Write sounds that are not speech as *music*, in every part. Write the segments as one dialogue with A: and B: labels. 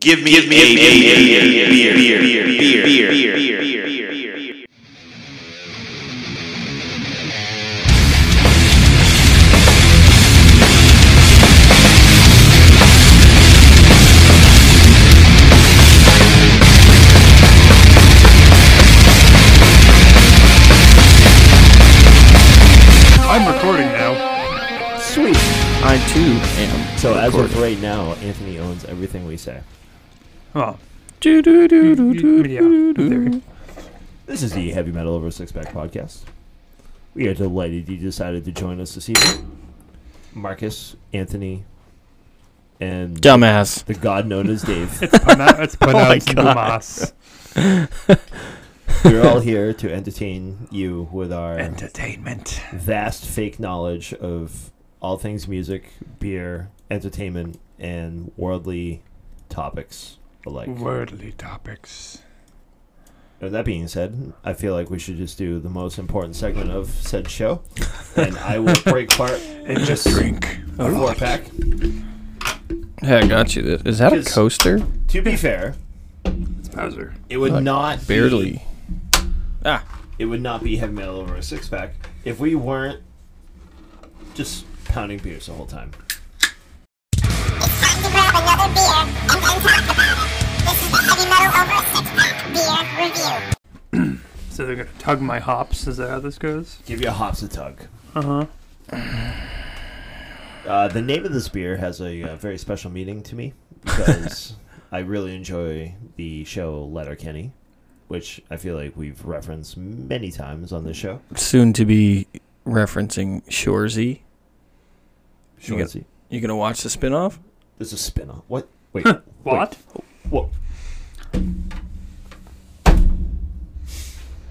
A: Give me, give me a beer, beer, beer, beer, beer, beer, beer, beer, beer, beer.
B: I'm recording now.
C: Sweet. I too am.
D: So as of
C: Recording.
D: right now, Anthony owns everything we say.
B: Oh,
C: Do, do, do, do,
B: you-
C: do,
B: yeah, in
C: do, do.
B: theory.
D: This is the Heavy Metal Over Six Pack podcast. We are delighted you decided to join us this evening. Marcus, Anthony, and
C: Dumbass.
D: the god known as Dave.
B: Prona- *laughs* it's pronounced Dumas.
D: We're all here to entertain you with our
B: Entertainment.
D: vast fake knowledge of all things music, beer, entertainment, and worldly topics alike.
B: Worldly topics.
D: With that being said, I feel like we should just do the most important segment of said show, and I will break apart
B: And just drink.
D: a four pack.
C: Hey, I got you. This. Is that a
D: Just-
C: coaster?
D: To be fair,
B: It's Bowser.
D: it would not be-
C: Barely. Ah.
D: it would not be heavy metal over a six pack if we weren't just pounding beers the whole time.
E: Time to grab another beer and then talk about it. This is the Heavy Metal Over Six Pack Beer Review.
B: So they're gonna tug my hops. Is that how this goes?
D: Give you a hops a tug.
B: Uh
C: Uh-huh.
B: huh.
D: *sighs* Uh, the name of this beer has a, uh very special meaning to me
C: *laughs*
D: because I really enjoy the show Letterkenny, which I feel like we've referenced many times on this show.
C: Soon to be referencing Shorzy. You
D: Sure.
C: got- You gonna watch the spinoff?
D: There's a spin off. What? Wait.
B: What?
D: What?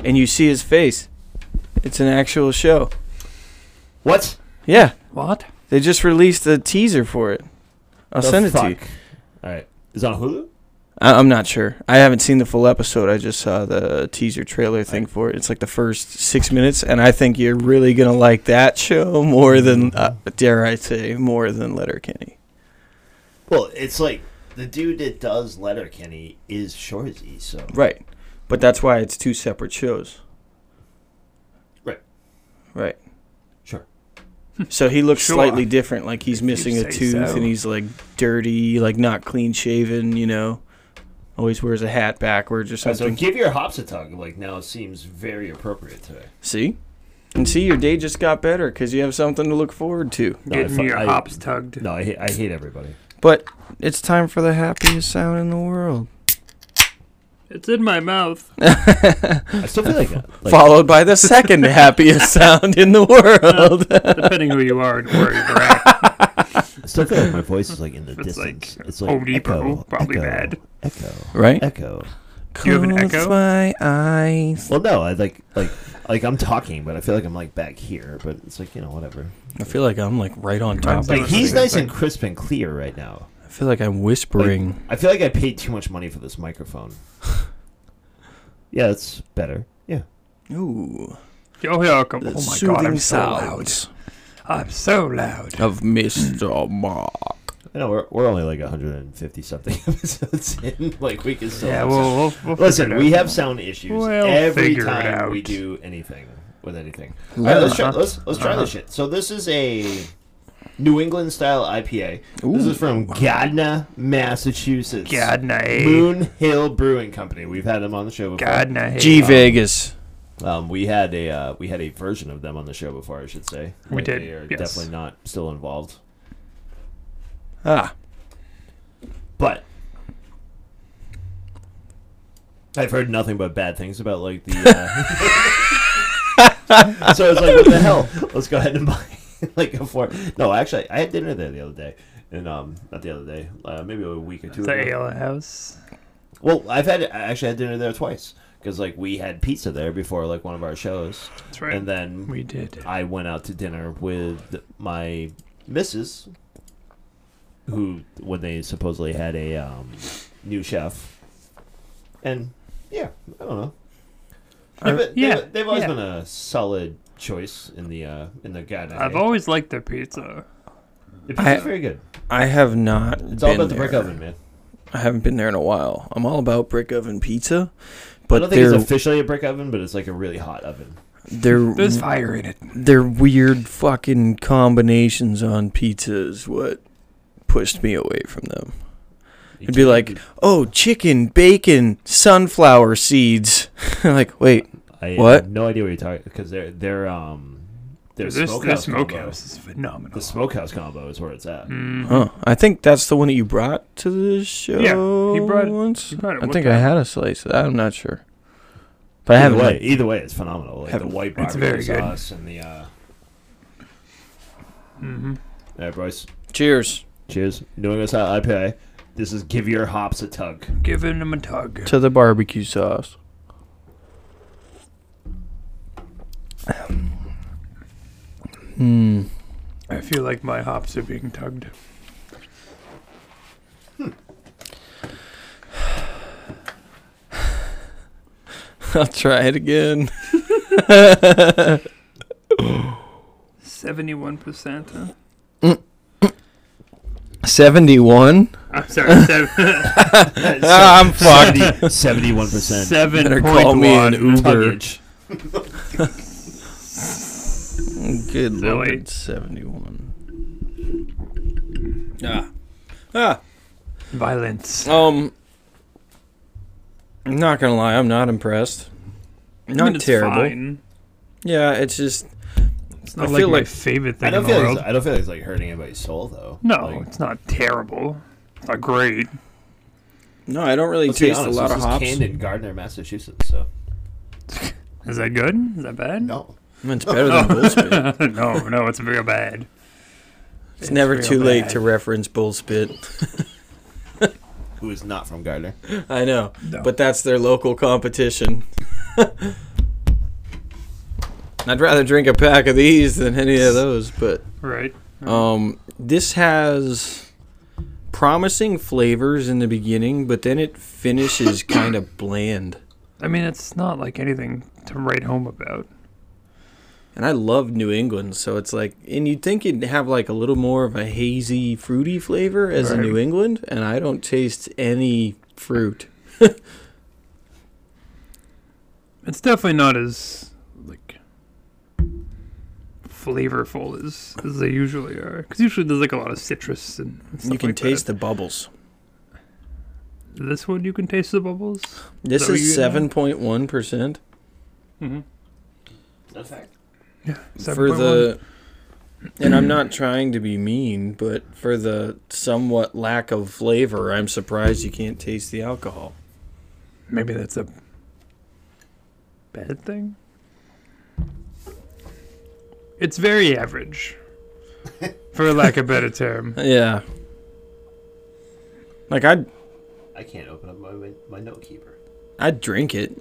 C: And you see his face. It's an actual show.
D: What?
C: Yeah.
B: What?
C: They just released a teaser for it. I'll
D: The
C: send it to you.
D: fuck? All right. Is it on Hulu?
C: I- I'm not sure. I haven't seen the full episode. I just saw the teaser trailer thing for it. It's like the first six minutes, and I think you're really gonna like that show more than, uh,
D: Mm-hmm.
C: dare I say, more than Letterkenny.
D: Well, it's like the dude that does Letterkenny is Shorzy, so
C: Right, but that's why it's two separate shows.
D: Right.
C: Right.
D: sure.
C: So he looks
B: Sure.
C: slightly different. Like he's missing
B: say
C: a tooth,
B: so.
C: and he's like dirty, like not clean shaven. You know, always wears a hat backwards or
D: so
C: something.
D: give your hops a tug. Like now, seems very appropriate today.
C: See. And see, your day just got better because you have something to look forward to.
D: No, I
B: Getting
D: fu-
B: your
D: I-
B: hops tugged.
D: No, I hate, I hate everybody.
C: But it's time for the happiest sound in the world.
B: It's in my mouth.
D: I still feel
B: *laughs*
D: like, like
C: Followed by the second happiest sound in
B: *laughs*
C: the world.
B: Depending who you are and where *laughs* you're at.
D: I still feel like my voice is like in the distance.
B: like
D: it's like
B: Home Depot,
D: echo,
B: probably
D: echo,
B: bad.
D: Echo,
C: right?
D: echo.
B: Do you have an
C: Close
B: echo?
C: my eyes.
D: Well, no, I like like like I'm talking, but I feel like I'm like back here. But it's like you know whatever.
C: I feel like I'm like right on top.
B: Like,
C: Of
D: Like
C: it.
D: he's
B: Same
D: nice
B: thing.
D: and crisp and clear right now.
C: I feel like I'm
D: Like,
C: whispering.
D: I feel like I paid too much money for this microphone. yeah, it's better. Yeah.
C: Ooh,
B: Yo, here I come.
C: the
B: Oh my
C: soothing
B: god, I'm so loud.
C: sounds
B: I'm so loud.
C: of Mr. Mark.
D: I know we're, we're only like 150 something *laughs* episodes in. Like we can still.
B: Yeah, well, we'll, we'll
D: listen,
B: figure it
D: we
B: out.
D: have sound issues
B: We'll
D: every
B: figure it
D: time
B: out.
D: we do anything with anything. All right, let's try, let's, let's try this shit. So this is a New England style IPA. This is from Gardner, Massachusetts.
B: Gardner.
D: Moon Hill Brewing Company. We've had them on the show before.
B: Gardner.
C: G Vegas.
D: Um, we had a uh, we had a version of them on the show before, I should say.
B: We did,
D: They are
B: yes.
D: definitely not still involved,
C: Ah,
D: but I've heard nothing but bad things about like the. Uh... *laughs* so I was like, "What the hell? Let's go ahead and buy *laughs* like a four. No, actually, I had dinner there the other day, and um, not the other day, uh, maybe a week or two.
B: The
D: ago.
B: ale house.
D: Well, I've had I actually had dinner there twice because like we had pizza there before like one of our shows,
B: That's right.
D: and then
B: we did.
D: I went out to dinner with my missus, who when they supposedly had a um, new chef, and yeah, I don't know. They've, been-
B: Uh, yeah,
D: they've, they've always
B: yeah.
D: been a solid choice in the uh, in the guide.
B: I've always liked their pizza.
D: the pizza's very good.
C: I have not.
D: It's all
C: been
D: about the brick
C: there.
D: oven, man.
C: I haven't been there in a while. I'm all about brick oven pizza,
D: I
C: but
D: don't think
C: they're
D: it's officially a brick oven, but it's like a really hot oven.
C: they're
B: There's fire in it.
C: they're weird fucking combinations on pizzas. What pushed me away from them? It'd be like, oh, chicken, bacon, sunflower seeds. *laughs* like, wait,
D: I
C: what?
D: have no idea what you're talking because they're they're um they're
B: This this
D: smokehouse.
B: smokehouse, Hmm.
D: combo.
B: is phenomenal.
D: The smokehouse combo is where it's at.
C: huh? I think that's the one that you brought to the show.
B: he brought it-
C: once.
B: he brought it
C: I
B: one
C: think I
B: time.
C: had a slice. of that, I'm not sure, but I
D: Either
C: haven't.
D: way,
C: had-
D: either way, it's phenomenal. Like the
C: Haven't-
D: white
B: it's
D: barbecue
B: very good.
D: sauce and the. uh
B: Mm-hmm.
D: All right, Bryce.
C: Cheers
D: Cheers. New England style IPA. This is give your hops a
B: *laughs*
D: tug.
B: Giving him a tug.
C: to the barbecue sauce. Hmm.
B: I feel like my hops are being tugged.
C: *laughs* I'll try it again.
B: 71%, huh?
C: Seventy-one.
B: I'm sorry, *laughs* seven,
D: *laughs*
C: Ah, I'm fucked.
D: Seventy-one percent.
B: seven
C: Better
B: point
C: call me an
B: one.
C: Uber.
D: Tuggage.
C: Good
B: Silly.
C: lord, seventy-one. Ah, ah.
B: Violence.
C: Um, I'm not gonna lie, I'm not impressed. Not
B: I mean, it's
C: terrible.
B: fine.
C: Yeah, it's just
B: It's not
C: I
B: like
C: feel
B: my
C: like-
B: favorite
D: I
B: thing in
D: don't
B: the
D: feel.
B: world.
D: Like, I don't feel like it's like hurting anybody's soul though.
B: no,
D: Like,
B: it's not terrible. It's not great.
C: no, I don't really
D: let's be
C: taste
D: honest,
C: a lot
D: this
C: of
D: is
C: hops.
D: canned in Gardner, Massachusetts. So
B: Is that good? Is that bad?
D: no.
C: It's better than Bull Spit.
B: *laughs* no, no, it's real bad.
C: It's never
B: real
C: too late
B: bad.
C: to reference Bull Spit.
D: Who is not from Gardner?
C: I know,
B: No.
C: but that's their local competition. *laughs* I'd rather drink a pack of these than any of those, but
B: Right.
C: Um, this has promising flavors in the beginning, but then
B: *coughs*
C: it finishes kind of bland.
B: I mean, it's not like anything to write home about.
C: And I love New England, so it's like, and you'd think it'd have like a little more of a hazy, fruity flavor as a
B: Right.
C: New England, and I don't taste any fruit.
B: It's definitely not as like flavorful as, as they usually are. Because usually there's like a lot of citrus and stuff
C: you can
B: like that.
C: taste the bubbles.
B: This one, you can taste the bubbles.
C: This
B: that what
C: is
B: you get now?
C: seven point one percent
B: Yeah.
C: for the. And I'm not trying to be mean, but for the somewhat lack of flavor, I'm surprised you can't taste the alcohol.
B: maybe that's a bad thing. It's very average,
C: *laughs*
B: for lack of a better term.
C: Yeah. Like I'd
D: I can't open up my my note keeper.
C: I'd drink it.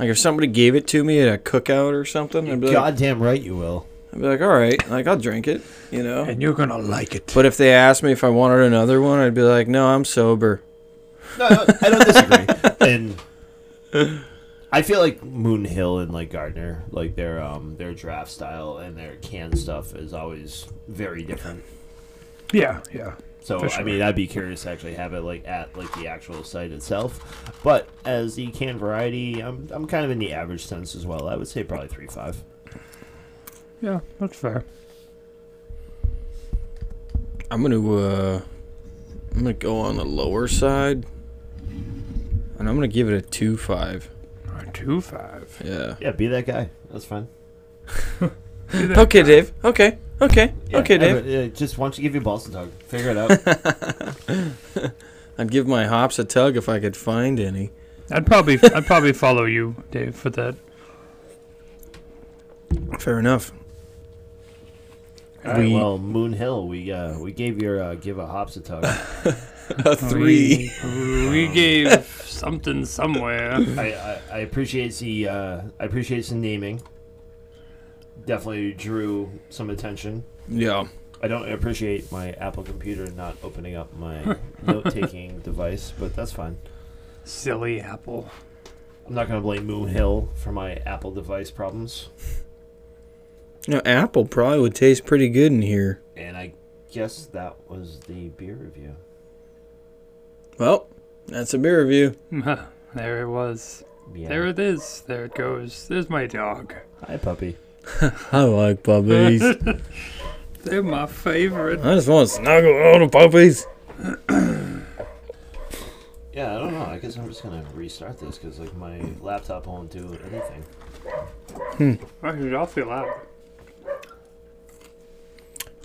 C: Like if somebody gave it to me at a cookout or something, I'd be like,
D: Goddamn right, you will.
C: I'd be like, all right, like I'll drink it, you
B: *laughs*
C: know.
B: And you're gonna like it.
C: But if they asked me if I wanted another one, I'd be like, no, I'm sober.
D: No, no, I don't disagree. *laughs* and I feel like Moon Hill and like Gardner, like their um their draft style and their canned stuff is always very different.
B: Yeah, yeah.
D: So
B: For sure.
D: I mean, I'd be curious to actually have it like at like the actual site itself. But as the canned variety, I'm I'm kind of in the average sense as well. I would say probably three five.
B: Yeah, that's fair.
C: I'm gonna uh I'm gonna go on the lower side. And I'm gonna give it a two five.
B: Or two five.
C: Yeah.
D: Yeah, be that guy. That's fine.
C: Okay, Dave. Okay. Okay.
D: Yeah,
C: okay, Dave.
D: I- uh, just why don't you give your balls a tug? Figure it
C: *laughs*
D: out.
C: I'd give my hops a tug if I could find any.
B: I'd probably I'd probably follow you, Dave, for that.
C: Fair enough.
D: All right,
C: We-
D: well, Moon Hill, we uh, we gave your uh, give a hops a tug.
C: A three.
B: We, we gave something somewhere.
D: I, I, I appreciate the uh, I appreciate the naming. Definitely drew some attention.
C: yeah.
D: I don't appreciate my Apple computer not opening up *laughs* my note taking device, but that's fine.
B: Silly apple.
D: I'm not gonna blame Moon Hill for my Apple device problems.
C: You know, apple probably would taste pretty good in here.
D: And I guess that was the beer review.
C: Well, that's a beer review.
B: there it was.
D: Yeah.
B: There it is. There it goes. There's my dog.
D: Hi, puppy.
C: I
D: *laughs*
C: like puppies. I
B: They're my favorite.
C: just want to snuggle all the puppies.
D: Yeah, I don't know. I guess I'm just gonna restart this because like my laptop won't do anything.
B: Actually, I'll feel out.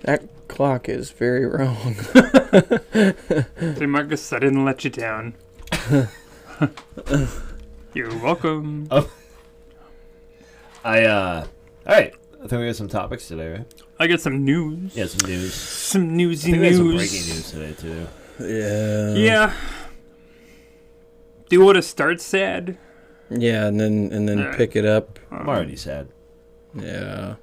C: That clock is very *laughs* wrong.
B: Hey, Marcus, I didn't let you down. *laughs* You're welcome.
D: I uh. All right. I think we got some topics today, right?
B: I got some news.
D: Yeah, some news.
B: Some
D: I
B: newsy
D: think we got
B: news.
D: some breaking news today too.
C: Yeah.
B: Yeah. Do you want to start sad?
C: Yeah, and then and then
B: Alright.
C: pick it up.
D: I'm already sad.
C: Yeah.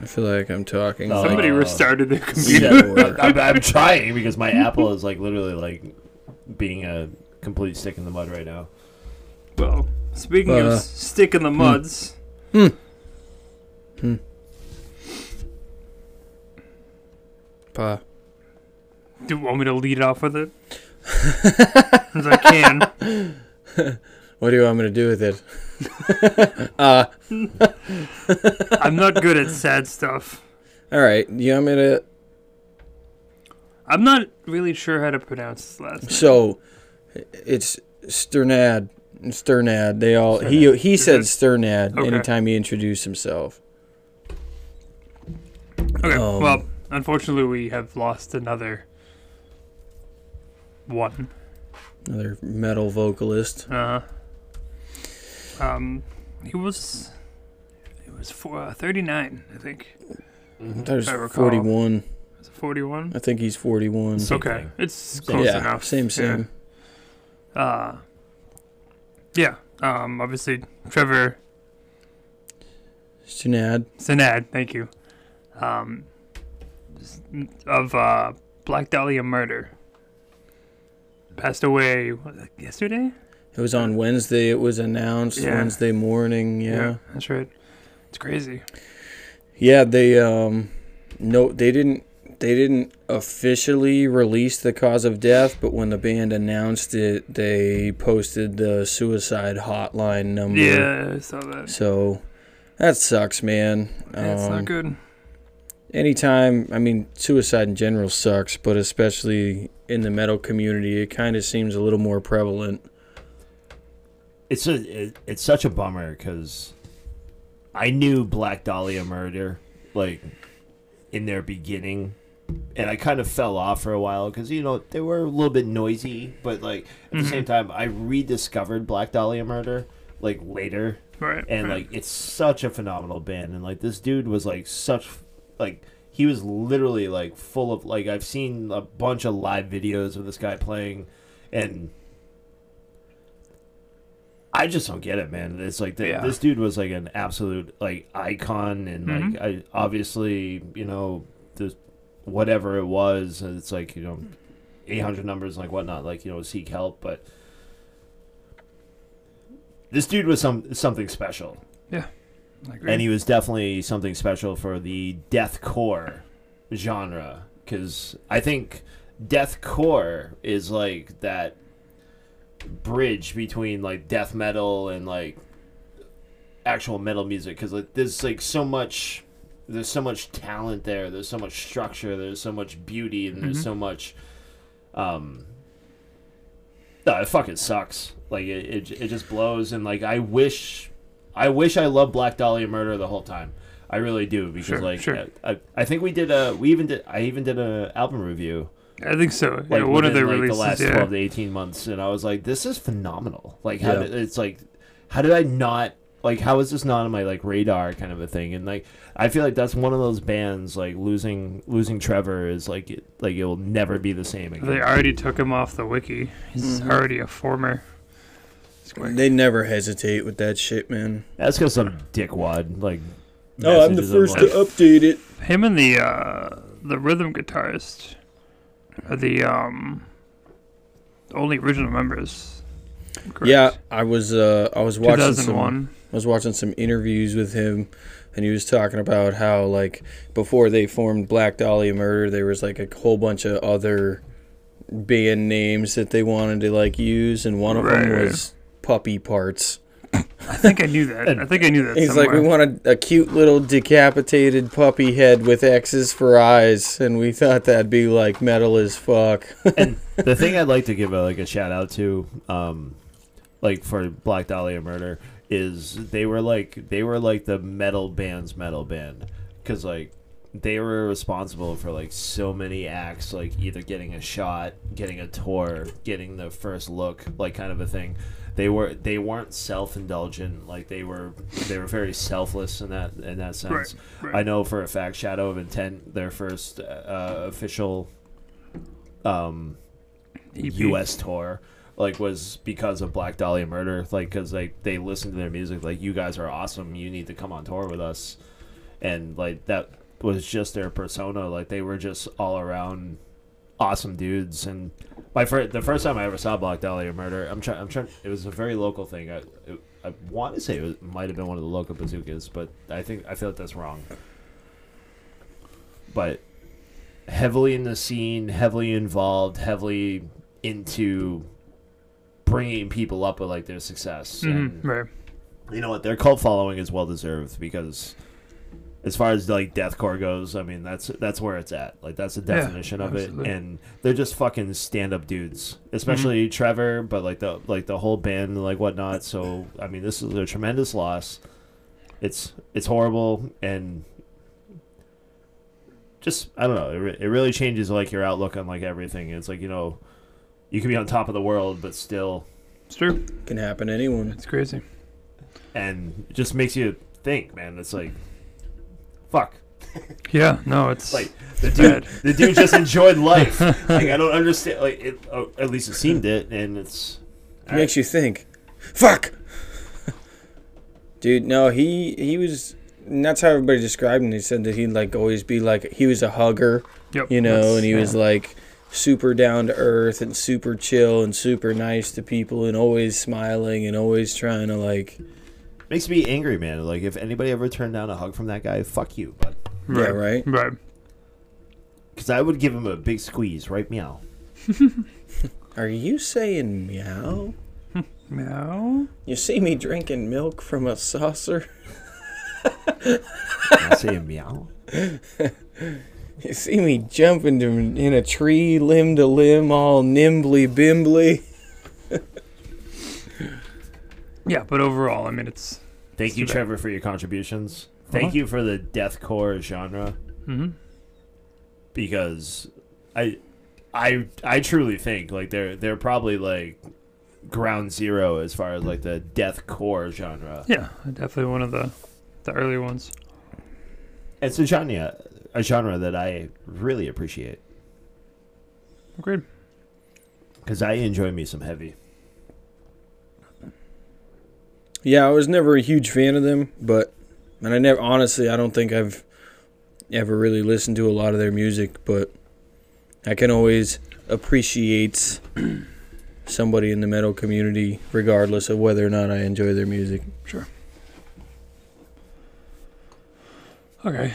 C: I feel like I'm talking.
D: No.
C: Like,
B: Hmm. Somebody
D: Uh,
B: restarted their computer.
D: Yeah,
C: Sure.
D: *laughs* I'm, I'm trying because my Apple is like literally like being a complete stick in the mud right now.
B: Well, speaking of
C: Uh,
B: s- stick in the muds.
C: Hmm.
B: Hmm.
C: *laughs* Pa.
B: Do you want me to lead it off with it? As I can.
C: what do you want me to do with it?
B: I'm not good at sad stuff.
C: All right. You want me to?
B: I'm not really sure how to pronounce this last name.
C: So, it's Sternad. Sternad. They all he he said Sternad
B: Okay.
C: anytime he introduced himself.
B: Okay,
C: Um,
B: well, unfortunately, we have lost another one.
C: Another metal vocalist.
B: Uh, um, he was he was for, uh, 39, I think.
C: There's
B: I recall.
C: 41.
B: Is it 41?
C: I think he's 41.
B: okay,
D: thing.
B: it's close
C: yeah,
B: enough.
C: same same.
B: Yeah. Uh, yeah. Um, obviously, Trevor
C: Sternad.
B: Sinad, thank you. Um, s- of uh, Black Dahlia murder. Passed away what, yesterday.
C: It was on Wednesday. It was announced
B: Yeah.
C: Wednesday morning. yeah.
B: that's right. It's crazy.
C: Yeah, they um no they didn't they didn't officially release the cause of death, but when the band announced it, they posted the suicide hotline number.
B: Yeah, I saw that.
C: So that sucks, man.
B: it's
C: Um,
B: not good.
C: Anytime, I mean, suicide in general sucks, but especially in the metal community, it kind of seems a little more prevalent.
D: It's a it, it's such a bummer because I knew Black Dahlia Murder like in their beginning, and I kind of fell off for a while because you know they were a little bit noisy, but like at the same time I rediscovered Black Dahlia Murder like later
B: Right.
D: and
B: right.
D: like it's such a phenomenal band and like this dude was like such like he was literally like full of like i've seen a bunch of live videos of this guy playing and i just don't get it man it's like the,
B: Yeah.
D: this dude was like an absolute like icon and like i obviously you know the whatever it was and it's like you know 800 numbers and like whatnot like you know seek help but this dude was some something special
B: yeah. I agree.
D: and he was definitely something special for the deathcore genre because I think deathcore is like that bridge between like death metal and like actual metal music because like there's like so much there's so much talent there there's so much structure there's so much beauty and
B: Mm-hmm.
D: there's so much um no, it fucking sucks like it, it, it just blows and like i wish i wish i loved black dahlia murder the whole time i really do because
B: Sure,
D: like
B: sure.
D: I, I- I think we did a we even did i even did an album review
B: I think so.
D: like
B: yeah, one of
D: within,
B: their
D: like,
B: releases.
D: the last
B: yeah.
D: 12 to 18 months and i was like this is phenomenal like how
C: Yeah.
D: did, it's like how did i not like how is this not on my like radar kind of a thing and like i feel like that's one of those bands like losing losing trevor is like it, like it will never be the same again
B: They already took him off the wiki. He's
C: Mm-hmm.
B: already a former.
C: They never hesitate with that shit, man.
D: that's because some dickwad like
C: Oh, I'm the
D: messages him,
C: first to
D: like,
C: update it.
B: Him and the uh, the rhythm guitarist are the um, only original members. Correct?
C: Yeah, I was uh, I was watching some
B: 2001.
C: I was watching some interviews with him and he was talking about how like before they formed Black Dahlia Murder, there was like a whole bunch of other band names that they wanted to like use, and one of them
B: Right, right.
C: was Puppy Parts.
B: I think I knew that. I think I knew that.
C: He's
B: somewhere.
C: like, we want a, a cute little decapitated puppy head with X's for eyes, and we thought that'd be like metal as fuck. *laughs*
D: and the thing I'd like to give a, like a shout out to, um, like for Black Dahlia Murder, is they were like they were like the metal band's metal band because like they were responsible for like so many acts like either getting a shot, getting a tour, getting the first look, like kind of a thing. They were they weren't self indulgent like they were they were very selfless in that in that sense.
B: right.
D: I know for a fact Shadow of Intent their first uh, official
B: EP.
D: U.S. tour, like was because of Black Dahlia Murder, like because like they listened to their music, like you guys are awesome, you need to come on tour with us, and like that was just their persona, like they were just all around awesome dudes. And my first, the first time I ever saw Black Dahlia Murder, I'm trying, I'm trying, it was a very local thing. I, it, I want to say it was, might have been one of the local bazookas, but I think I feel like that's wrong. But heavily in the scene, heavily involved, heavily into bringing people up with like their success.
C: E
B: Mhm,
D: And
B: Right.
D: you know what? Their cult following is well deserved because, as far as like deathcore goes, I mean that's that's where it's at. Like that's the
B: Yeah,
D: definition of
B: absolutely.
D: it, and they're just fucking stand up dudes, especially
B: Mm-hmm.
D: Trevor, but like the like the whole band, and, like whatnot. So I mean, this is a tremendous loss. It's it's horrible and. Just I don't know. It, re- it really changes like your outlook on like everything. It's like you know, you can be on top of the world, but still
B: It's true.
C: Can happen to anyone.
B: It's crazy.
D: and it just makes you think, man. It's like, fuck.
B: Yeah. No, it's *laughs*
D: Like the
B: bad.
D: dude, the dude just enjoyed life. Like I don't understand. Like it, oh, at least it seemed it, and it's
C: It makes you think. Fuck. *laughs* Dude, no, he he was. And that's how everybody described him. He said that he'd like always be like he was a hugger,
B: Yep.
C: you know,
B: that's-
C: and he was
B: yeah.
C: like super down to earth and super chill and super nice to people and always smiling and always trying to like
D: makes me angry, man. Like if anybody ever turned down a hug from that guy, fuck you, bud.
C: yeah right
B: Right.
D: Because I would give him a big squeeze, right? Meow.
C: Are you saying meow?
B: No.
C: You see me drinking milk from a saucer? *laughs*
D: I say meow.
C: You see me jumping to, in a tree, limb to limb, all nimbly bimbly?
B: Yeah, but overall, I mean, it's
D: Thank you, Trevor, for your contributions. Thank you for the deathcore genre.
B: Mhm.
D: Because I I I truly think like they're they're probably like ground zero as far as like the deathcore genre.
B: yeah, definitely one of the the early ones.
D: It's a genre a genre that I really appreciate
B: Agreed.
D: cuz I enjoy me some heavy.
C: Yeah, I was never a huge fan of them, but. And I never. Honestly, I don't think I've ever really listened to a lot of their music, but I can always appreciate *clears throat* somebody in the metal community, regardless of whether or not I enjoy their music.
B: Sure. Okay.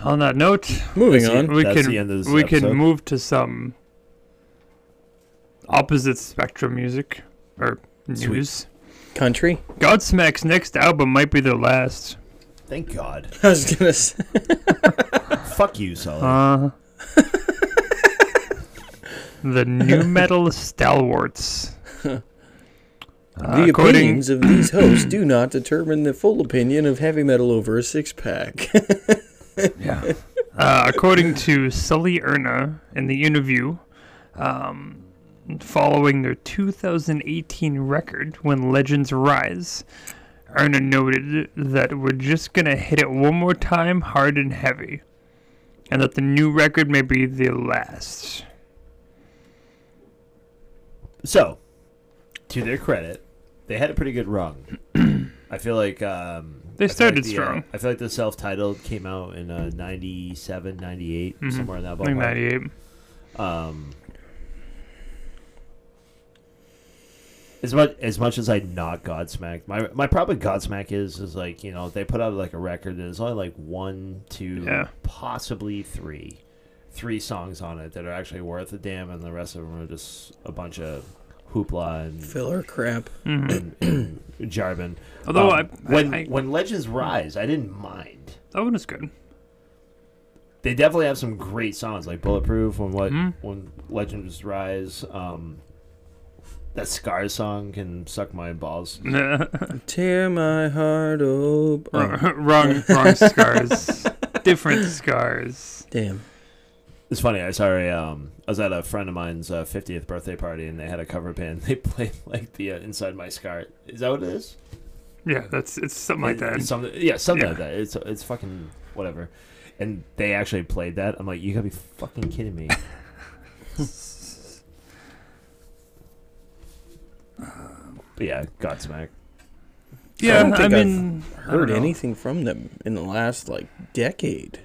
B: On that note,
C: Moving
D: That's it.
C: on.
B: we
D: That's
B: can
D: the end of this
B: we
D: episode.
B: can move to some opposite spectrum music or
D: Sweet.
B: news.
C: Country? *laughs*
B: Godsmack's next album might be their last.
D: Thank God.
C: I was gonna say.
D: Fuck you, Sully.
B: Uh The new
D: *laughs*
B: metal stalwarts.
C: The
B: Uh, quoting-
C: opinions of *clears throat* these hosts do not determine the full opinion of heavy metal over a six *laughs* pack.
B: Yeah. Uh, according to Sully Erna in the interview, um, following their 2018 record, When Legends Rise, Erna noted that we're just going to hit it one more time hard and heavy, and that the new record may be the last.
D: So, to their credit, they had a pretty good run. *clears throat* I feel like um,
B: They
D: I feel like
B: started
D: the, uh,
B: strong.
D: I feel like the self-titled came out in uh, 97, 98, somewhere in that
B: Mm-hmm. Like
D: ballpark.
B: 98.
D: Um, as much as much as I not Godsmack, my my problem with Godsmack is is like you know they put out like a record and there's only like one, two,
B: Yeah.
D: possibly three, three songs on it that are actually worth a damn, and the rest of them are just a bunch of hoopla and
C: Filler crap.
D: and, and Jarvin.
B: Mm-hmm. Although
D: Um,
B: I- I-
D: when
B: I-
D: when Legends Rise, I didn't mind.
B: That one is good.
D: They definitely have some great songs like Bulletproof when what
B: Hmm?
D: when Legends Rise. Um, that Scar song can suck my balls.
B: Hmm.
C: Tear my heart open. Oh,
B: *laughs* wrong, wrong scars. Different scars.
C: damn.
D: It's funny. I saw a, um, I was at a friend of mine's uh, 50th birthday party and they had a cover band. *laughs* They played like the uh, Inside My Scar. Is that what it is?
B: Yeah, that's it's something like
D: It-
B: that.
D: it's something, yeah, something
B: Yeah.
D: like that. It's it's fucking whatever. And they actually played that. I'm like, you gotta be fucking
B: *laughs*
D: kidding me. but yeah, Godsmack.
B: yeah,
C: don't
B: I,
C: think I've
B: mean, I don't
C: Heard
B: know.
C: anything from them in the last like decade?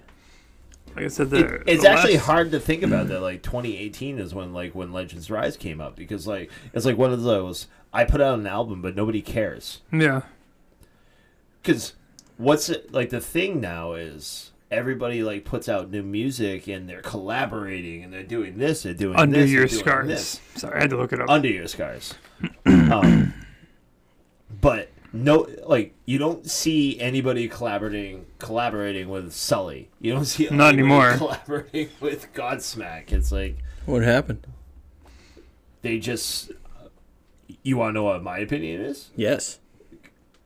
B: Like I said, the, *laughs*
D: It, it's
B: the
D: actually
B: last-
D: hard to think about
B: Mm.
D: that. Like 2018 is when like when Legends Rise came up because like it's like one of those. I put out an album, but nobody cares.
B: Yeah,
D: because what's it like the thing now is everybody like puts out new music and they're collaborating and they're doing this they're doing
B: under
D: this,
B: your
D: they're doing
B: scars.
D: this.
B: Sorry, I had to look it up.
D: under your scars um, but no like you don't see anybody collaborating collaborating with sully you don't see
B: Not
D: anybody
B: anymore.
D: collaborating with godsmack it's like
C: What happened?
D: they just you want to know what my opinion is
C: Yes.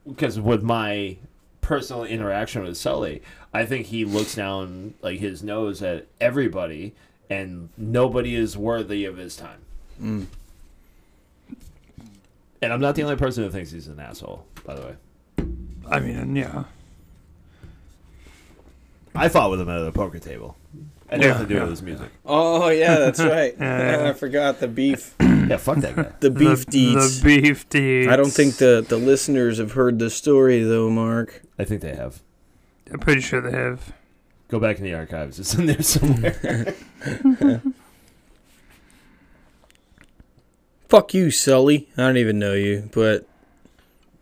D: because with my personal interaction with Sully, I think he looks down like his nose at everybody, and nobody is worthy of his time. Mm. And I'm not the only person who thinks he's an asshole. By the way,
B: I mean, yeah,
D: I fought with him at the poker table. And
B: Yeah,
D: nothing to do
B: yeah.
D: with his music.
C: Oh
B: *laughs*
C: yeah, that's right.
B: Yeah.
C: *laughs* I forgot the beef.
D: Yeah, fuck that *laughs* guy.
C: The beef
B: the,
C: deeds.
B: The beef deeds.
C: I don't think the the listeners have heard the story though, Mark.
D: I think they have.
B: I'm pretty sure they have.
D: Go back in the archives. It's in there somewhere.
C: Fuck you, Sully. I don't even know you, but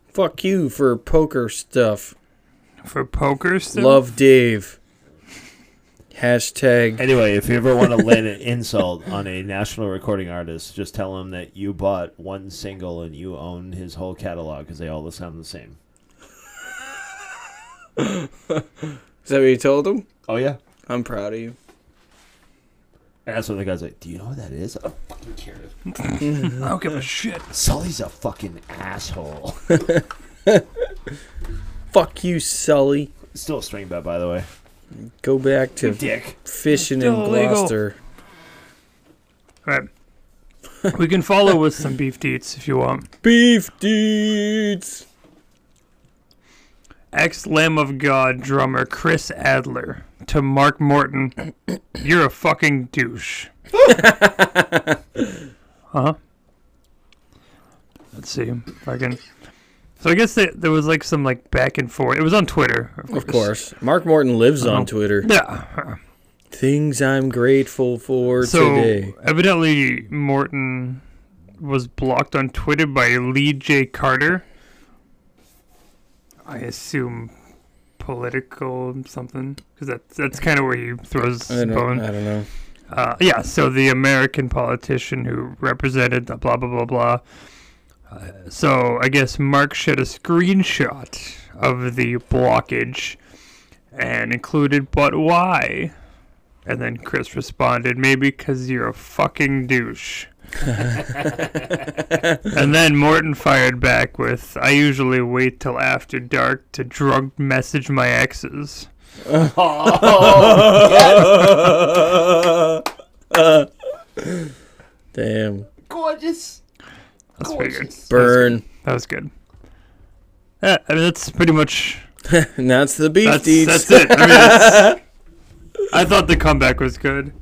C: fuck you for poker stuff.
B: For poker still?
C: Love Dave. Hashtag.
D: anyway, if you ever want to land an insult on a national recording artist, just tell him that you bought one single and you own his whole catalog because they all sound the same.
C: Is that what you told him?
D: Oh yeah,
C: I'm proud of you.
D: and that's when the guy's like, "Do you know what that is?" Oh, I don't fucking care.
B: I don't give a shit.
D: Sully's a fucking asshole. *laughs*
C: Fuck you, Sully.
D: Still a string bet, by the way.
C: Go back to
D: Dick.
C: fishing in
B: Still illegal.
C: Gloucester.
B: All right. we can follow with some beef deets if you want.
C: Beef deeds.
B: ex Lamb of God drummer Chris Adler to Mark Morton, "You're a fucking *laughs* douche." Uh-huh. huh? Let's see. If I can. So I guess that there was like some like back and forth. It was on Twitter, of course.
C: Of course. Mark Morton lives on
B: Oh.
C: Twitter.
B: Yeah.
C: Things I'm grateful for
B: So
C: today.
B: evidently Morton was blocked on Twitter by Lee J. Carter. I assume political something because that's that's kind of where he throws
C: I
B: his
C: don't,
B: bone.
C: I don't know.
B: Uh, yeah, so the American politician who represented the blah blah blah blah. Uh, so I guess Mark shared a screenshot of the blockage and included, but why? And then Chris responded, maybe because you're a fucking douche. and then Morton fired back with, I usually wait till after dark to drunk message my exes.
C: Damn.
D: Gorgeous.
B: That's pretty good.
C: Burn.
B: That was good. Yeah, I mean, that's pretty much
C: And that's the beef
B: That's,
C: deeds.
B: that's it. I, mean, that's- *laughs* I thought the comeback was good.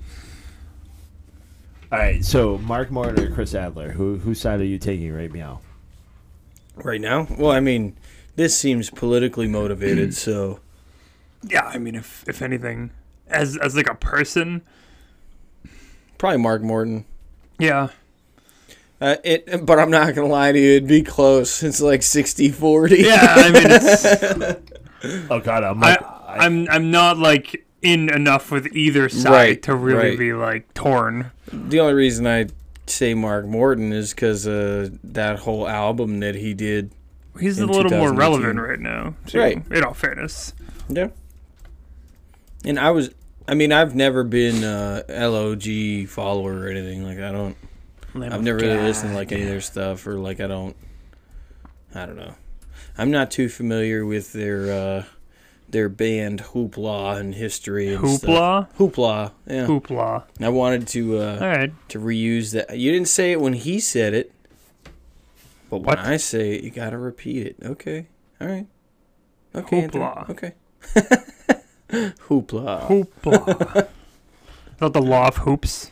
D: All right, so Mark Morton or Chris Adler, who whose side are you taking right now?
C: Right now? Well, I mean, this seems
B: *clears throat*
C: politically motivated, so
B: Yeah, I mean, if if anything, as as like a person,
C: probably Mark Morton.
B: yeah,
C: Uh, it, but I'm not gonna lie to you. It'd be close. *laughs* It's like 60-40.
B: Yeah, I mean, *laughs* it's,
D: Oh God, I'm
B: I,
D: like, I,
B: I'm I'm not like in enough with either side
C: Right,
B: to really
C: right.
B: be like torn.
C: The only reason I say Mark Morton is because uh, that whole album that he did.
B: He's
C: In
B: a little more
C: 2018.
B: relevant right now. too,
C: Right.
B: In all fairness.
C: Yeah. And I was, I mean, I've never been a LOG follower or anything like. I don't. I've never really listened to like any of their stuff or like I don't. I don't know. I'm not too familiar with their uh, their band Hoopla and history. And
B: Hoopla?
C: Stuff. Hoopla. Yeah.
B: Hoopla.
C: I wanted to. Uh,
B: All right.
C: to reuse that. You didn't say it when he said it, but when
B: What?
C: I say it, you gotta repeat it. Okay, all right. Okay, Anthony.
B: Hoopla.
C: Okay. *laughs* Hoopla.
B: *laughs* Hoopla. Not the law of hoops.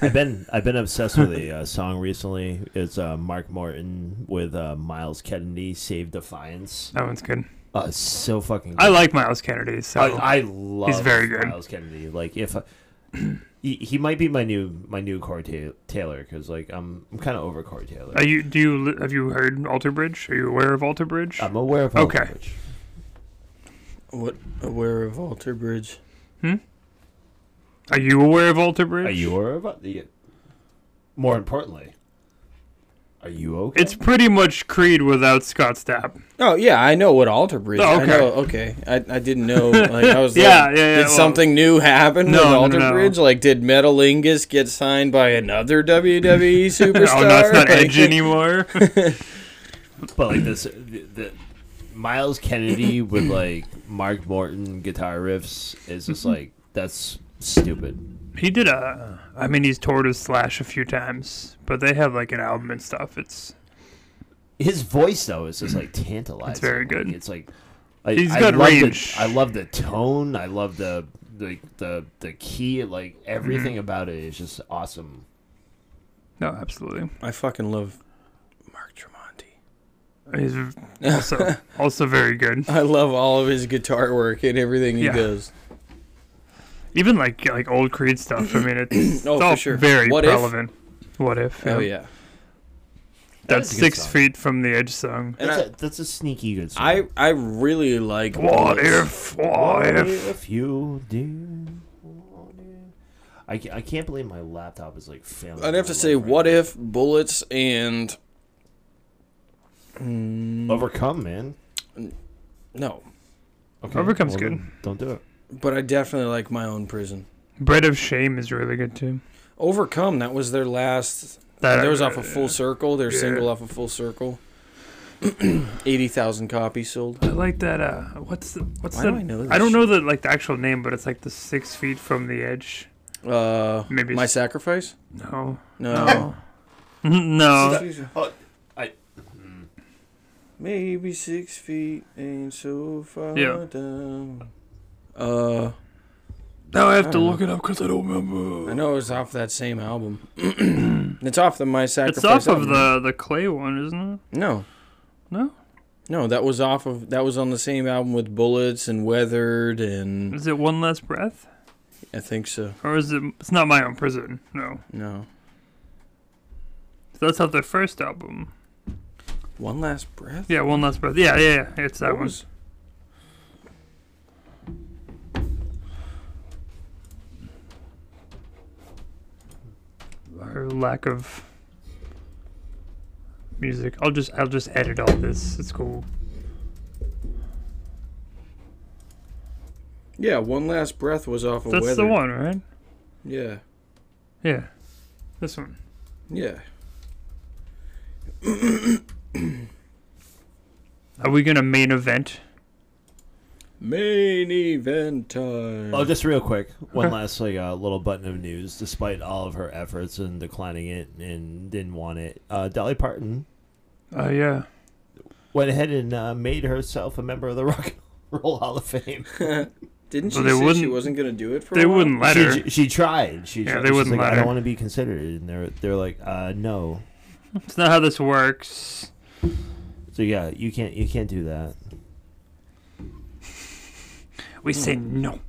D: have been I've been obsessed with a uh, song recently. It's uh, Mark Morton with uh, Miles Kennedy, "Save Defiance."
B: That one's good.
D: Uh, it's so fucking. Good.
B: I like Miles Kennedy, so
D: I, I love.
B: very good.
D: Miles Kennedy. Like if *clears throat* I, he, he might be my new my new Corey Ta- Taylor because like I'm I'm kind of over Corey Taylor.
B: Are you do you li- have you heard Alter Bridge? Are you aware of Alter Bridge?
D: I'm aware of
B: Okay.
D: Aldrich.
C: What? Aware of Alter Bridge?
B: Are you aware of Alter Bridge?
D: Are you aware of uh, the? More importantly, are you okay?
B: It's pretty much Creed without Scott Stapp.
C: Oh yeah, I know what Alter Bridge.
B: Oh,
C: I
B: okay.
C: know. Okay, I, I didn't know. Like
B: *laughs*
C: I was.
B: Yeah, yeah,
C: like,
B: yeah,
C: Did
B: well-
C: something new happen
B: No,
C: with
B: no,
C: Alter
B: no.
C: Bridge? Like, did Metalingus get signed by
B: *laughs*
C: another WWE superstar?
B: Oh, no, it's not
C: *laughs* Like-
B: Edge anymore. *laughs*
D: But like this, the, the Miles Kennedy with like Mark Morton guitar riffs is just like that's stupid.
B: he did a. I mean, he's toured with Slash a few times, but they have like an album and stuff. It's
D: His voice though
B: *clears throat*
D: is just like tantalizing. It's
B: very good.
D: It's like I,
B: He's
D: I
B: got
D: love the-
B: range.
D: I love the tone. I love the the the, the key. Like
B: Mm-hmm.
D: everything about it is just awesome.
B: no, absolutely.
C: I fucking love Mark Tremonti.
B: He's also also very good.
C: I love all of his guitar work and everything he
B: Yeah.
C: does.
B: Even like like old Creed stuff. I mean, it's, it's
C: Oh, for
B: all
C: sure.
B: very
C: What If?
B: relevant. What if?
C: Oh yeah.
B: that's
D: is a good
B: six
D: song.
B: feet from the Edge song.
C: And
D: that's,
C: I-
D: a, that's a sneaky good song.
C: I I really like
B: What
C: Bullets.
B: if? What
D: What
B: if?
D: if you do? What if- I, ca- I can't believe my laptop is like failing.
C: I'd have to
D: my
C: say
D: life right
C: what
D: now.
C: if bullets and
D: overcome, man.
C: no,
D: Okay.
B: Overcome's good.
D: then Don't do it.
C: but I definitely like my own prison.
B: Bread of Shame is really good too.
C: Overcome that was their last.
B: That-
C: That was off of Full Circle. Their
B: Yeah.
C: single off of Full Circle. *clears throat* Eighty thousand copies sold.
B: I like that. Uh, what's the, what's
C: Why
B: the?
C: do I know this
B: I don't
C: shit?
B: know the like the actual name, but it's like the six feet from the edge.
C: Uh,
B: Maybe
C: my
B: it's-
C: sacrifice.
B: No,
C: No.
B: *laughs*
C: *laughs*
B: no.
C: Maybe six feet ain't so far
B: Yeah.
C: down. Uh,
B: Now I have to look it up because I don't remember.
C: I know it was off that same album. *clears throat* it's off the My Sacrifice.
B: It's off of
C: album.
B: the the clay one, isn't it?
C: No,
B: No,
C: no, that was off of that was on the same album with Bullets and Weathered and
B: is it one last breath
C: I think so.
B: or is it? It's not my own prison. No,
C: No,
B: so that's off their first album.
C: One Last Breath.
B: Yeah, one last breath. Yeah, yeah, yeah. It's that
C: What
B: one.
C: was-
B: Our lack of music. I'll just I'll just edit all this. It's cool.
C: Yeah, One Last Breath was off of
B: That's
C: Weathered.
B: the one, right?
C: Yeah,
B: Yeah, this one.
C: yeah.
B: Are we gonna main event?
C: Main event time.
D: Oh, just real *laughs* quick, one
B: Okay.
D: last like uh, little button of news. Despite all of her efforts and declining it and didn't want it, uh, Dolly Parton
B: Oh yeah.
D: went ahead and uh, made herself a member of the *laughs* Rock and Roll Hall of Fame.
C: Didn't she
B: Well, they
C: say she
B: wouldn't-
C: wasn't gonna do it for?
B: They
C: a while?
B: wouldn't *laughs* let her.
D: She, she tried. She
B: Yeah,
D: tried.
B: they
D: She's
B: wouldn't
D: like,
B: let
D: I don't
B: her.
D: want to be considered, and they're they're like, uh, no.
B: It's not how this works.
D: So yeah, you can't you can't do that.
B: We say no.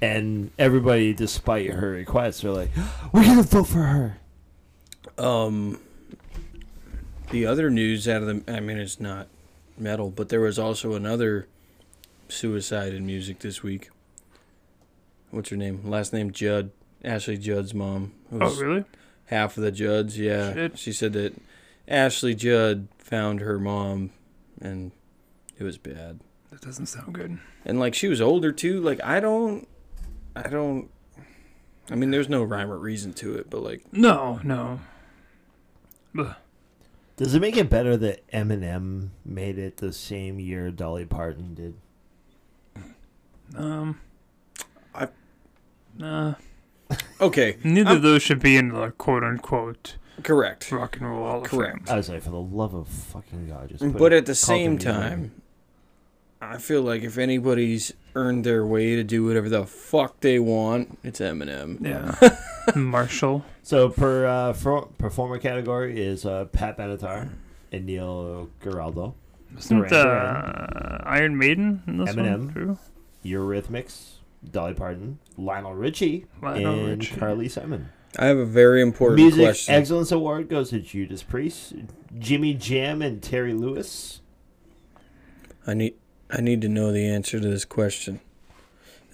D: And everybody, despite her requests, are like, we're gonna vote for her.
C: Um, the other news out of the I mean it's not metal, but there was also another suicide in music this week. What's her name? Last name Judd. Ashley Judd's mom. who
B: Oh,
C: was
B: really?
C: Half of the Judds, yeah.
B: Shit.
C: She said that Ashley Judd found her mom and it was bad.
B: That doesn't sound good.
C: And like she was older too. Like I don't I don't I mean there's no rhyme or reason to it, but like
B: No, no. Ugh.
D: Does it make it better that Eminem made it the same year Dolly Parton did?
B: Um.
C: I-
B: Nah.
C: okay,
B: Neither of those should be in the quote unquote
C: correct.
B: rock and roll hall of
C: Correct.
B: fame.
D: I was like, for the love of fucking God, just. Put
C: But
D: it-
C: at the
D: call
C: same
D: them either.
C: time, I feel like if anybody's earned their way to do whatever the fuck they want, it's Eminem.
B: Yeah. *laughs* Marshall.
D: So per uh, for, performer category is uh, Pat Benatar and Neil Giraldo,
B: Isn't
D: Duran
B: uh, Iron Maiden in this one?
D: Eminem.
B: True.
D: Eurythmics, Dolly Parton, Lionel Richie,
B: Lionel
D: and
B: Richie.
D: Carly Simon.
C: I have a very important
D: Music
C: question.
D: Excellence Award goes to Judas Priest, Jimmy Jam, and Terry Lewis.
C: I need I need to know the answer to this question.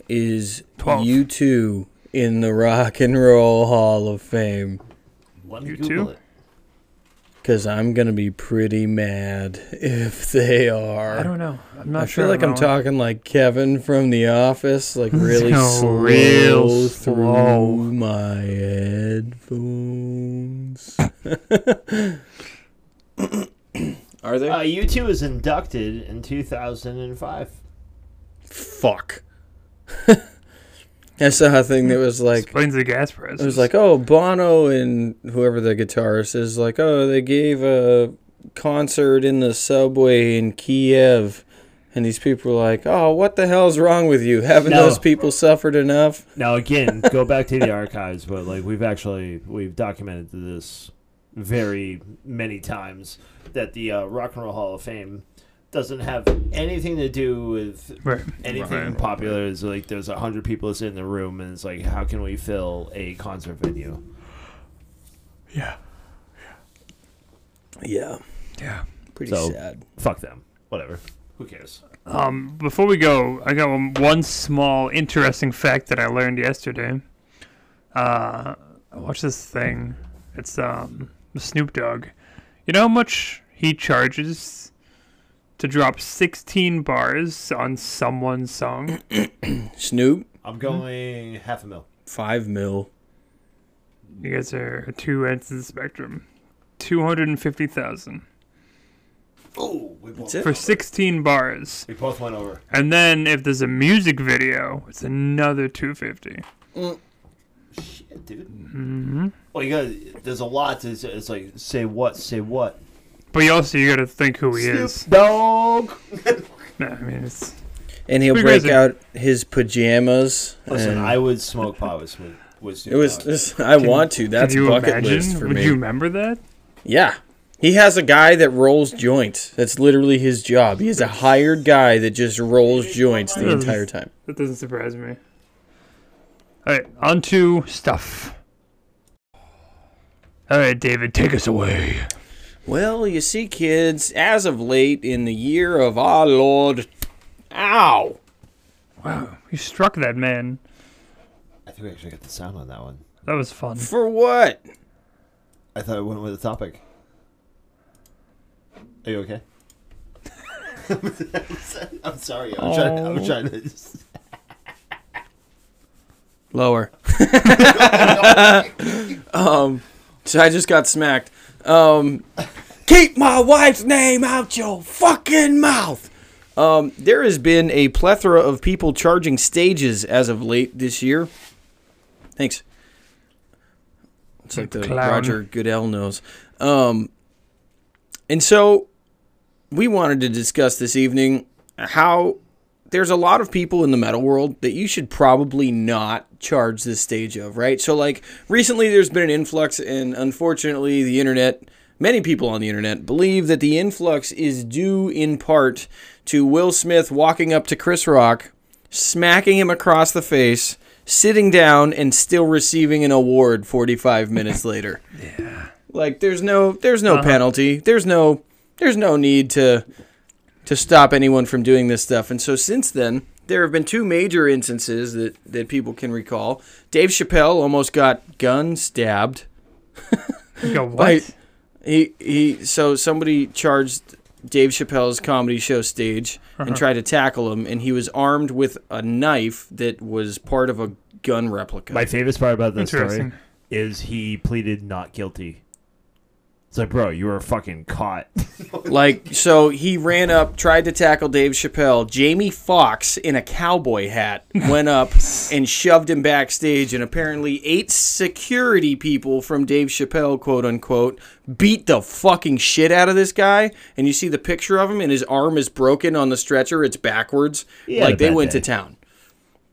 C: Is
B: Twelve.
C: you two in the Rock and Roll Hall of Fame?
D: Let me
B: You
D: Google
B: too?
D: it.
C: Because I'm gonna be pretty mad if *laughs* they are.
B: I don't know. I'm not
C: I
B: sure.
C: feel like
B: on
C: I'm
B: that one.
C: talking like Kevin from The Office,
B: *laughs*
C: like really
B: Go
C: slow
B: real slow.
C: through my headphones. Are there?
D: Uh, U2 was inducted in 2005.
C: Fuck. *laughs* I saw a thing that was like,
B: Explains the gas price.
C: it was like, oh, Bono and whoever the guitarist is, like, oh, they gave a concert in the subway in Kiev. And these people were like, oh, what the hell's wrong with you? Haven't
D: No.
C: those people suffered enough?
D: Now *laughs* again, go back to the archives, but like we've actually we've documented this very many times that the uh, Rock and Roll Hall of Fame doesn't have anything to do with
B: Right.
D: anything
B: Right.
D: popular. It's like there's a hundred people that's in the room, and it's like how can we fill a concert venue?
B: Yeah.
C: Yeah.
B: Yeah.
C: Pretty
D: So-
C: sad.
D: Fuck them. Whatever. Who cares?
B: Um, before we go, I got one, one small interesting fact that I learned yesterday. Uh, I watched this thing. It's um, Snoop Dogg. You know how much he charges to drop 16 bars on someone's song?
C: Snoop,
D: I'm going half a mil.
C: five mil.
B: You guys are two ends of the spectrum. 250,000
D: Oh, we both
C: it.
B: for 16 bars.
D: we both went over.
B: And then if there's a music video, it's another 250.
D: Shit, dude. Mm-hmm. Well, you got there's a lot. To, it's like say what, say what.
B: But you also you got to think who he is.
D: Dog.
B: No, I mean it's
C: And he'll
B: Pretty
C: break
B: crazy.
C: out his pajamas.
D: Listen,
C: and
D: I would smoke pot with Snoop. With Snoop
C: it was.
D: Dogg.
C: This, I want to. That's
B: Can you
C: bucket
B: imagine?
C: list for
B: Would
C: me.
B: you remember that?
C: Yeah, he has a guy that rolls joints. That's literally his job. He is a hired guy that just rolls joints the
B: Mm.
C: entire time.
B: That doesn't surprise me. All right, on to stuff. All right, David, take us away.
C: Well, you see, kids, as of late in the year of our Lord, ow,
B: Wow, you struck that man.
D: I think we actually got the sound on that one.
B: That was fun.
C: for what?
D: I thought I went with the topic. Are you okay? *laughs* I'm sorry. I'm trying. I'm
B: Oh.
D: trying to. Just...
C: Lower. um, so I just got smacked. Um, keep my wife's name out your fucking mouth. Um, there has been a plethora of people charging stages as of late this year. Thanks. It's like the
B: Clown.
C: Roger Goodell knows. Um, and so we wanted to discuss this evening how there's a lot of people in the metal world that you should probably not charge this stage of, right? So, like, recently there's been an influx, and unfortunately, the internet, many people on the internet believe that the influx is due in part to Will Smith walking up to Chris Rock, smacking him across the face, sitting down, and still receiving an award 45 minutes later. Like there's no there's no
B: Uh-huh.
C: penalty. There's no there's no need to to stop anyone from doing this stuff. And so since then, there have been two major instances that that people can recall. Dave Chappelle almost got gun stabbed.
B: You
C: *laughs*
B: go, what?
C: Right. He he so somebody charged Dave Chappelle's comedy show stage and tried to tackle him and he was armed with a knife that was part of a gun replica.
D: My favorite part about this story
B: Interesting.
D: is he pleaded not guilty. It's like, bro, you were fucking caught.
C: Like, so he ran up, tried to tackle Dave Chappelle. Jamie Foxx in a cowboy hat went
D: *laughs*
C: up and shoved him backstage, and apparently eight security people from Dave Chappelle, quote unquote, beat the fucking shit out of this guy. And you see the picture of him, and his arm is broken on the stretcher. It's backwards.
D: had a
C: like they
D: bad
C: went
D: day.
C: to town.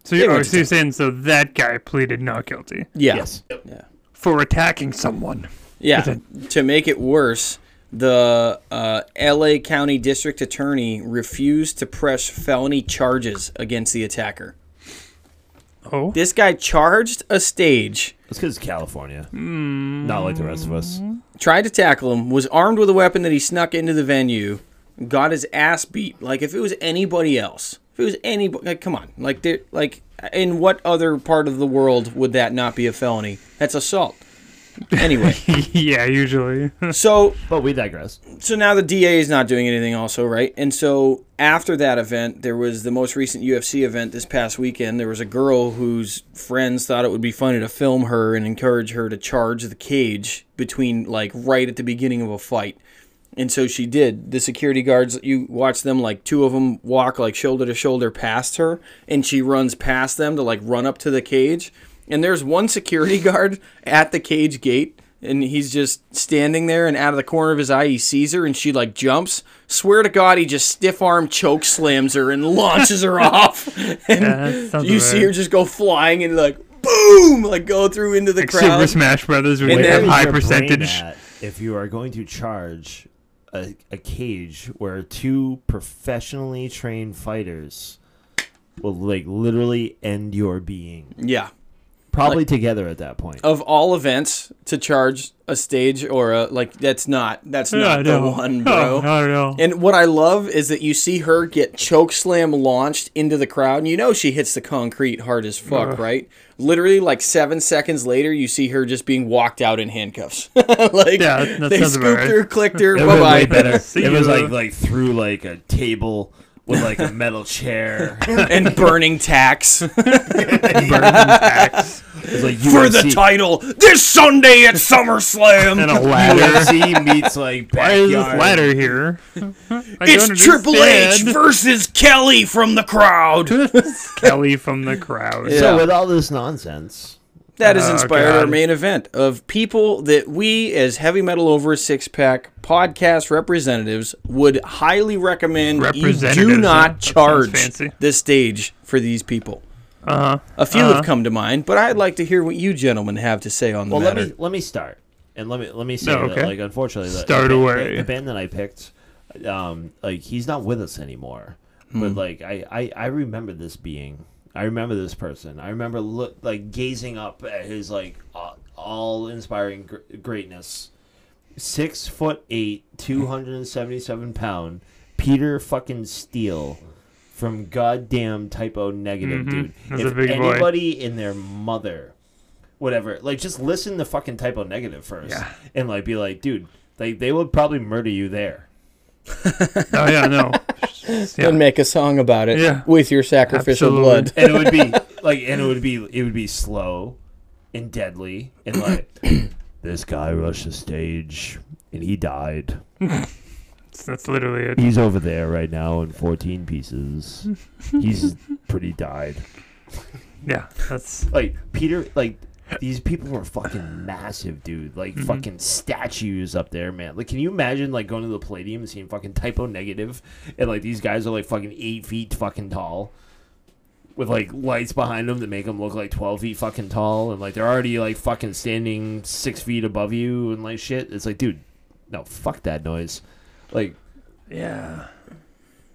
B: So, you're,
C: went
B: oh,
C: to
B: so you're saying so that guy pleaded not guilty
C: Yeah.
B: for attacking someone. *laughs*
C: Yeah. to make it worse, the uh, L.A. County District Attorney refused to press felony charges against the attacker.
B: Oh,
C: This guy charged a stage,
D: It's because it's California. Not like the rest of us.
C: tried to tackle him, was armed with a weapon that he snuck into the venue, got his ass beat. Like if it was anybody else, if it was anybody, like come on, like there, like in what other part of the world would that not be a felony? That's assault. Anyway,
B: yeah,
C: *laughs*
B: usually.
C: so
D: But we digress.
C: so now the DA is not doing anything, also, right? And so after that event, there was the most recent UFC event this past weekend. There was a girl whose friends thought it would be funny to film her and encourage her to charge the cage between, like, right at the beginning of a fight. And so she did. The security guards, you watch them, like, two of them walk, like, shoulder to shoulder past her, and she runs past them to, like, run up to the cage. And there's one security *laughs* guard at the cage gate and he's just standing there and out of the corner of his eye he sees her and she like jumps swear to god he just stiff arm choke slams her and launches her *laughs* off and
B: that sounds
C: you see
B: right.
C: her just go flying and like boom like go through into the
B: Like Super
C: crowd
B: Smash Brothers when
C: And
B: you have
C: then-
D: Where is
B: high
D: your brain
B: percentage.
D: at If you are going to charge a, a cage where two professionally trained fighters will like literally end your being,
C: yeah
D: probably together at that point.
C: of all events to charge a stage or a like that's not
B: *laughs*
C: that's not the one bro
B: Oh, not at all.
C: And what I love is that you see her get choke slam launched into the crowd, and you know she hits the concrete hard as fuck, right? Literally, like seven seconds later, you see her just being walked out in handcuffs. *laughs* like
B: Yeah, that- that
C: they
B: sounds about
C: scooped
B: right.
C: her, clicked her,
D: It was way
C: bye bye,
D: better.
B: See
D: It was
B: ya.
D: like like through like a table with like a metal chair.
B: *laughs*
D: it
C: and burning tacks *laughs* for
D: was like
C: the
D: UFC
C: title this
B: *laughs*
C: Sunday at SummerSlam.
B: And a ladder.
D: UFC meets like
B: *laughs* Why is this
D: backyard.
B: ladder here? *laughs* I don't
C: it's Triple H
B: understand.
C: versus Kelly from the crowd.
B: Kelly from the crowd.
C: Yeah.
D: So with all this nonsense,
C: That has
B: Oh,
C: inspired our
B: God.
C: main event of people that we, as Heavy Metal Over a Six Pack podcast representatives, would highly recommend you
B: Representatives,
C: do
B: huh?
C: not
B: That sounds
C: charge
B: fancy.
C: the stage for these people. Uh-huh. A few have come to mind, but I'd like to hear what you gentlemen have to say on the
D: well, let
C: matter.
D: me let me start, and let me let me say
B: No,
D: that
B: okay.
D: like unfortunately, the,
B: Start
D: the, band-
B: away.
D: The, band that I picked, um, like he's not with us anymore. But
B: Hmm.
D: like I, I I remember this being, I remember this person, I remember look like gazing up at his like uh, all inspiring gr- greatness. Six foot eight, two hundred and seventy seven pound, Peter fucking Steele. From goddamn typo negative, dude.
B: Mm-hmm. That's a
D: if
B: big boy.
D: anybody in their mother whatever. Like, just listen to fucking typo negative first,
B: Yeah.
D: and like be like, dude, like they would probably murder you there.
B: Oh yeah, no. Yeah.
C: And make a song about it
B: Yeah.
C: with your sacrificial
B: Absolutely.
C: blood.
D: And it
B: *laughs*
D: would be like, and it would be, it would be slow and deadly, and like, *coughs* this guy rushed the stage and he died.
B: That's literally it.
D: He's over there right now in fourteen pieces. He's pretty died.
B: Yeah, that's
D: Like Peter, like. These people were fucking massive, dude. Like fucking statues up there, man. Like, can you imagine like going to the Palladium and seeing fucking typo negative, and like these guys are like fucking eight feet fucking tall, with like lights behind them that make them look like twelve feet fucking tall, and like they're already like fucking standing six feet above you and like shit. It's like, dude, no, fuck that noise. Like,
B: yeah.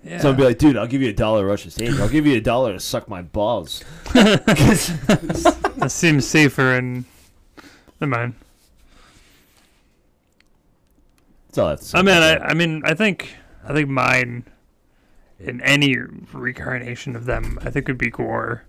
B: Yeah.
D: someone be like, dude, I'll give you a dollar to rush the stage. I'll give you a dollar to suck my balls.
B: that seems safer and than mine.
D: That's all I have to say.
B: I mean, I, I mean, I think, I think mine, in any reincarnation of them, I think would be Gore,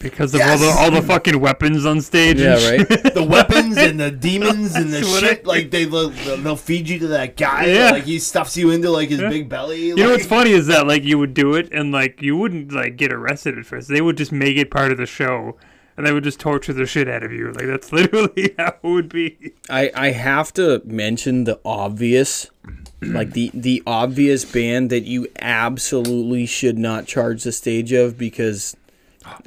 B: because of all the all the fucking weapons on stage. and
C: *laughs* Yeah,
B: shit.
C: right.
D: the weapons
B: *laughs*
D: and the demons and the
B: That's what
D: shit.
B: I-
D: like they, they'll, they'll feed you to that guy.
B: Yeah.
D: Like he stuffs you into like his
B: Yeah.
D: big belly.
B: You know what's
D: like-
B: funny is that like you would do it and like you wouldn't like get arrested at first. They would just make it part of the show, and they would just torture the shit out of you. Like that's *laughs* literally how it would be.
C: I, I have to mention the
B: *clears throat*
C: obvious, like the the obvious band that you absolutely should not charge the stage of because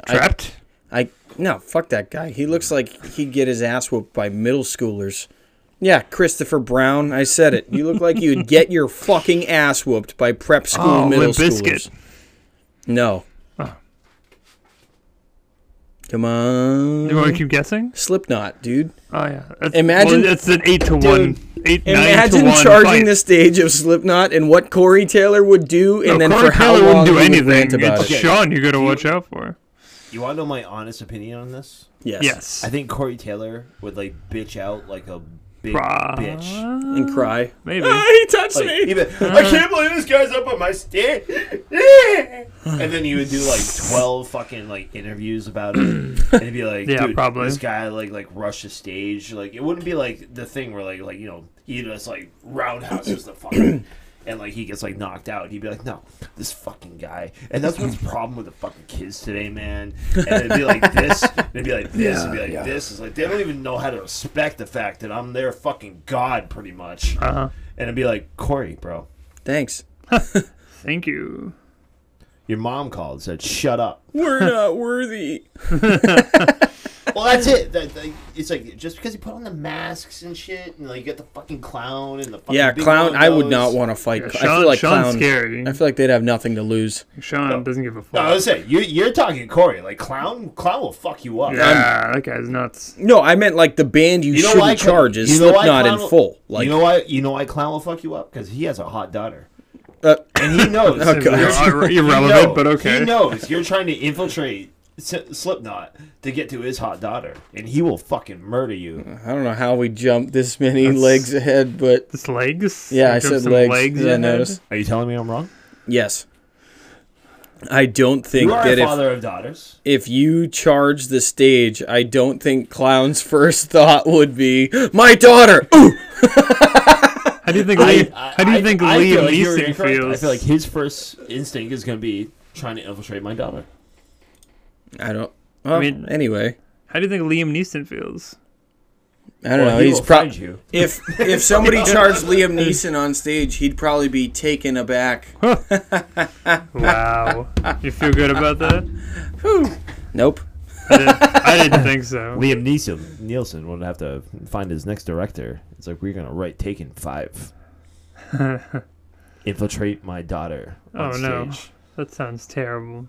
B: Trapped.
C: I no fuck that guy. He looks like he'd get his ass whooped by middle schoolers. Yeah, Christopher Brown. I said it. You look like you'd get your fucking ass whooped by prep school
B: Oh,
C: middle
B: Limp Bizkit.
C: schoolers. No. Come on.
B: you want to keep guessing?
C: Slipknot, dude.
B: Oh yeah. That's,
C: Imagine-
B: well, it's an eight to one, eight nine to
C: Imagine
B: one.
C: charging
B: fight.
C: the stage of Slipknot and what Corey Taylor would do, and
B: No,
C: then
B: Corey
C: for how
B: Taylor
C: long
B: wouldn't do
C: he would
B: anything.
C: rant about
B: It's
C: it.
D: Okay.
B: Sean you got to watch out for.
D: You want to know my honest opinion on this?
C: Yes.
B: Yes.
D: I think Corey Taylor would like bitch out like a big
B: Pro-
D: bitch.
C: And cry.
B: Maybe.
C: Ah, *laughs* he touched
D: Like,
C: me.
D: even,
B: Uh.
D: I can't believe this guy's up on my *laughs* stand. and then he would do like twelve fucking like interviews about it, and he'd be like,
B: Yeah,
D: "Dude,
B: probably.
D: this guy like like rushed the stage. Like it wouldn't be like the thing where like like you know he just like roundhouses the fucking." And like he gets like knocked out, he'd be like, "No, this fucking guy." And that's what's the problem with the fucking kids today, man. And it'd be like this, and it'd be like this, it'd be like this. It's like they don't even know how to respect the fact that I'm their fucking god, pretty much
B: Uh-huh.
D: and it'd be like Corey, bro.
C: Thanks.
B: Thank you.
D: Your mom called and said, "Shut up."
C: We're
B: uh,
C: *laughs* not worthy.
D: Well, that's it. That, that- it's like just because you put on the masks and shit, and like you got the fucking clown and the fucking
C: Yeah,
D: big
C: clown.
D: long
C: I would
D: nose.
C: not want to fight.
B: Yeah,
C: I
B: Sean-
C: feel like
B: Sean's
C: clown.
B: scary.
C: I feel like they'd have nothing to lose.
B: Sean doesn't give a
D: No, I
B: fuck.
D: was saying you're, you're talking Corey. Like clown, clown will fuck you up. Um,
B: yeah, that guy's nuts.
C: No, I meant like the band you,
D: You know
C: shouldn't
D: why?
C: charge is
D: you know why
C: Slipknot
D: clown
C: in
D: will-
C: full. Like,
D: you know why? You know why clown will fuck you up? Because he has a hot daughter,
C: uh,
D: and he knows.
C: *laughs* Okay.
B: They're ir- irrelevant,
D: No,
B: but okay.
D: He knows you're trying to infiltrate S- Slipknot to get to his hot daughter, and he will fucking murder you.
C: I don't know how we jumped this many legs ahead, but
B: His legs.
C: yeah,
B: He
C: I
B: took
C: said
B: some
C: legs. yeah, I
B: ahead.
C: noticed.
D: Are you telling me I'm wrong?
C: Yes. I don't think
D: You are
C: that
D: a
C: if
D: father of daughters.
C: if you charge the stage, I don't think clown's *laughs* first thought would be my daughter. Ooh,
B: How do you think?
D: *laughs* I-
B: Lee,
D: I-
B: how do you
D: I-
B: think
D: I
B: Liam
D: feel like you're
B: Neeson
D: incorrect.
B: feels?
D: I feel like his first instinct is going to be trying to infiltrate my daughter.
C: I don't. Well,
B: mean-
C: anyway,
B: how do you think Liam Neeson
C: *laughs*
B: feels?
C: I don't
D: Well,
C: know.
D: he
C: He's
D: will
C: probably
D: find you.
C: if
D: *laughs*
C: if somebody charged Liam Neeson on stage, he'd probably be taken aback.
B: Wow, you feel good about that?
C: Nope.
B: I didn't, I didn't think
C: *laughs*
B: so.
D: Liam Neeson Nielsen would have to find his next director. It's like we're going to write Taken *laughs* Five. infiltrate my daughter. On
B: Oh,
D: stage.
B: no. That sounds terrible.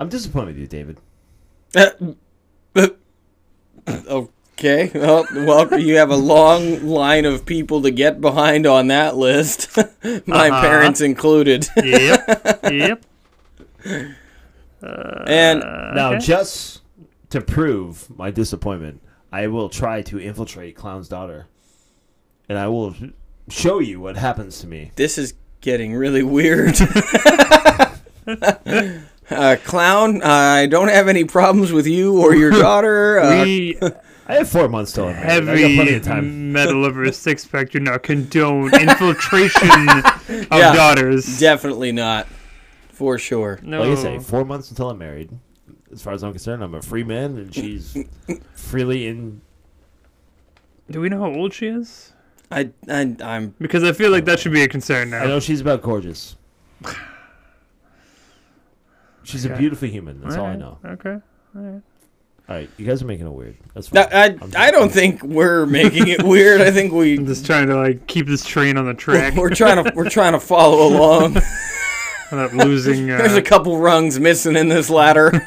D: I'm disappointed with you, David.
C: Okay. Well, well, you have a long line of people to get behind on that list. *laughs* my
B: Uh-huh.
C: parents included.
B: *laughs* Yep. Yep.
C: and
D: Now,
B: Okay.
D: just to prove my disappointment, I will try to infiltrate Clown's daughter, and I will show you what happens to me.
C: this is getting really weird. *laughs* uh, clown, I don't have any problems with you or
B: *laughs*
C: your daughter. Uh,
B: We
D: I have four months till I'm married. I got plenty
B: heavy
D: of time.
B: metal of a six pack do not condone infiltration of
C: Yeah.
B: daughters.
C: definitely not, for sure.
B: no.
D: Like I say, four months until I'm married. As far as I'm concerned, I'm a free man, and she's freely in.
B: do we know how old she is?
C: I, I, I'm.
B: Because I feel like that should be a concern
D: I
B: now.
D: know she's about gorgeous. She's a
B: Okay.
D: beautiful human. That's all I
B: Alright,
D: know.
B: Okay.
D: All right, you guys are making it weird. That's fine.
C: I,
D: I'm just-
C: I don't think we're making it weird. I think
B: I'm
C: we
B: just trying to like keep this train on the track
C: *laughs* we're trying to we're trying to follow
B: *laughs*
C: along.
B: without losing.
C: There's
B: Uh,
C: a couple rungs missing in this ladder. *laughs*
B: turn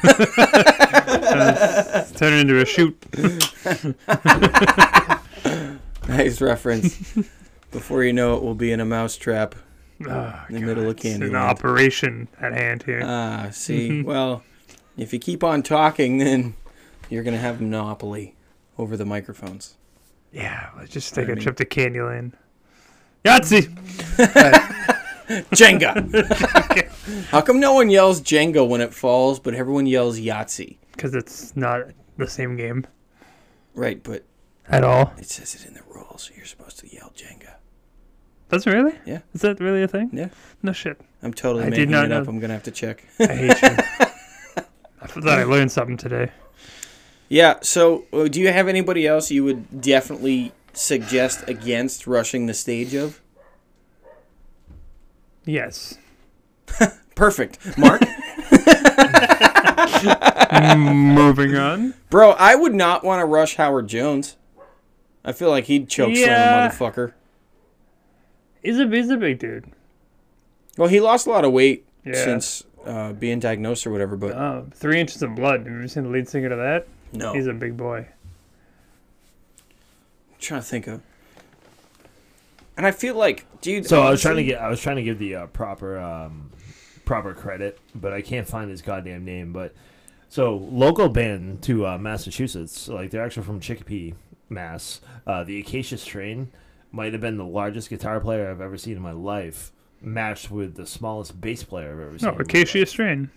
B: it into a shoot.
C: nice
B: *laughs*
C: reference. Before you know it, we'll be in a mousetrap
B: Ah,
C: in the middle of
B: It's an
C: Candyland.
B: operation at hand here.
C: Ah, see,
B: Mm-hmm.
C: well, if you keep on talking, then you're gonna have monopoly over the microphones.
B: yeah, let's just take a
C: I mean-
B: trip to Candyland. Yahtzee. *laughs*
C: Jenga. *laughs* How come no one yells Jenga when it falls, but everyone yells Yahtzee?
B: Because it's not the same game
C: Right, but
B: at all.
C: it says it in the rules. You're supposed to yell Jenga.
B: That's really?
C: Yeah.
B: Is that really a thing?
C: Yeah.
B: No shit.
C: I'm totally
B: I did
C: making
B: not
C: it up.
B: know.
C: I'm gonna have to check. *laughs*
B: I hate you. I thought I learned something today.
C: yeah. So, uh, do you have anybody else you would definitely suggest against rushing the stage of?
B: Yes.
C: Perfect, Mark.
B: *laughs* Moving on.
C: Bro, I would not want to rush Howard Jones. I feel like he'd choke
B: Yeah.
C: slam a motherfucker.
B: He's a, he's a big dude.
C: Well, he lost a lot of weight
B: Yeah.
C: since uh, being diagnosed or whatever, but
B: Um, three inches of blood. Have you ever seen the lead singer to that?
C: no.
B: He's a big boy.
C: I'm trying to think of. And I feel like, dude.
D: So I was trying to get I was trying to give the uh, proper um, proper credit, but I can't find his goddamn name. But so local band to uh, Massachusetts, like they're actually from Chicopee, Mass. Uh, the Acacia Strain might have been the largest guitar player I've ever seen in my life, matched with the smallest bass player I've ever seen.
B: No,
D: in my
B: Oh, Acacia
D: life.
B: Strain.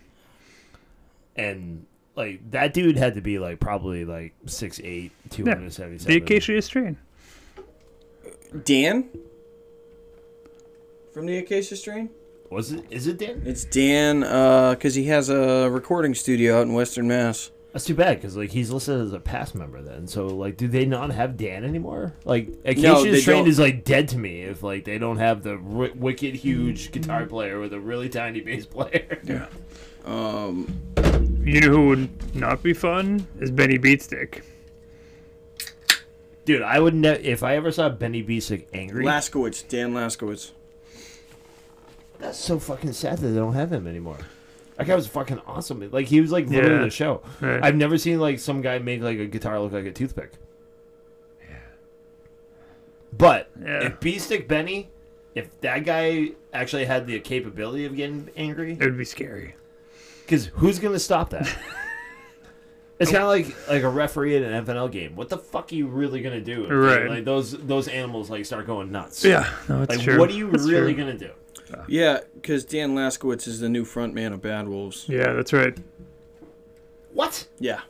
D: and like that dude had to be like probably like 6'8",
B: Yeah.
D: 277.
B: The Acacia Strain.
C: Dan? From the Acacia Strain?
D: was it? Is it Dan?
C: It's Dan, because he has a recording studio out in Western Mass.
D: That's too bad because like he's listed as a past member then. So like, do they not have Dan anymore? Like, Acacia
C: they
D: Strain
C: don't.
D: is like dead to me if like they don't have the ri wicked huge guitar player with a really tiny bass player. Yeah.
B: You know who would not be fun? Is Benny Beatstick.
D: *laughs* Dude, I would never if I ever saw Benny Bisick angry.
C: Laskowitz. Dan Laskowitz.
D: that's so fucking sad that they don't have him anymore. That guy was fucking awesome. Like he was like literally
B: Yeah.
D: the show.
B: Right.
D: I've never seen like some guy make like a guitar look like a toothpick. But
B: Yeah.
D: if B-Stick Benny, if that guy actually had the capability of getting angry,
B: It would be scary.
D: because who's gonna
B: *laughs*
D: stop that? it's kind of like like a referee in an FNL game. What the fuck are you really gonna do? if,
B: Right.
D: Like those those animals like start going nuts.
B: Yeah. No, it's
D: Like
B: true.
D: what are you
B: It's
D: really
B: true.
D: gonna do?
C: Yeah, because Dan Laskowitz is the new frontman of Bad Wolves.
B: Yeah, that's right.
D: What?
C: Yeah.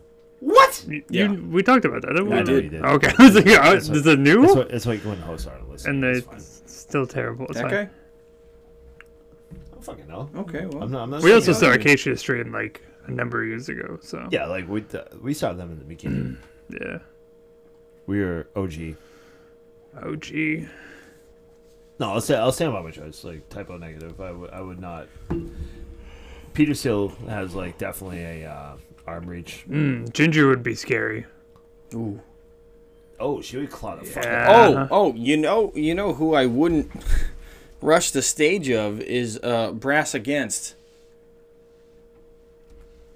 D: What?
B: You,
C: Yeah.
B: you- we talked about that. didn't we?
D: I know you
C: did.
D: did.
B: Okay. *laughs* I was like, oh,
D: That's
B: is
D: what-
B: it new?
D: That's what, that's what when hosts are listening.
B: and
D: it's
B: they're
D: fine.
B: still terrible. It's
C: That
B: fine.
C: guy?
D: I don't fucking know.
C: Okay, well.
D: I'm not. I'm not
B: We
D: saying
B: also
D: that.
B: saw Acacia Strain like a number of years ago. So
D: Yeah, like we uh, we saw them in the beginning.
B: yeah.
D: we were OG.
B: Oh gee.
D: No, I'll say I'll stand by my choice. Like typo negative. I would I would not. Peter Steele has like definitely a uh, arm reach.
B: Mm, Ginger would be scary.
C: Ooh.
D: Oh, she would claw the fuck. out.
B: Uh-huh.
C: Oh, oh, you know, you know who I wouldn't *laughs* rush the stage of is uh, Brass Against.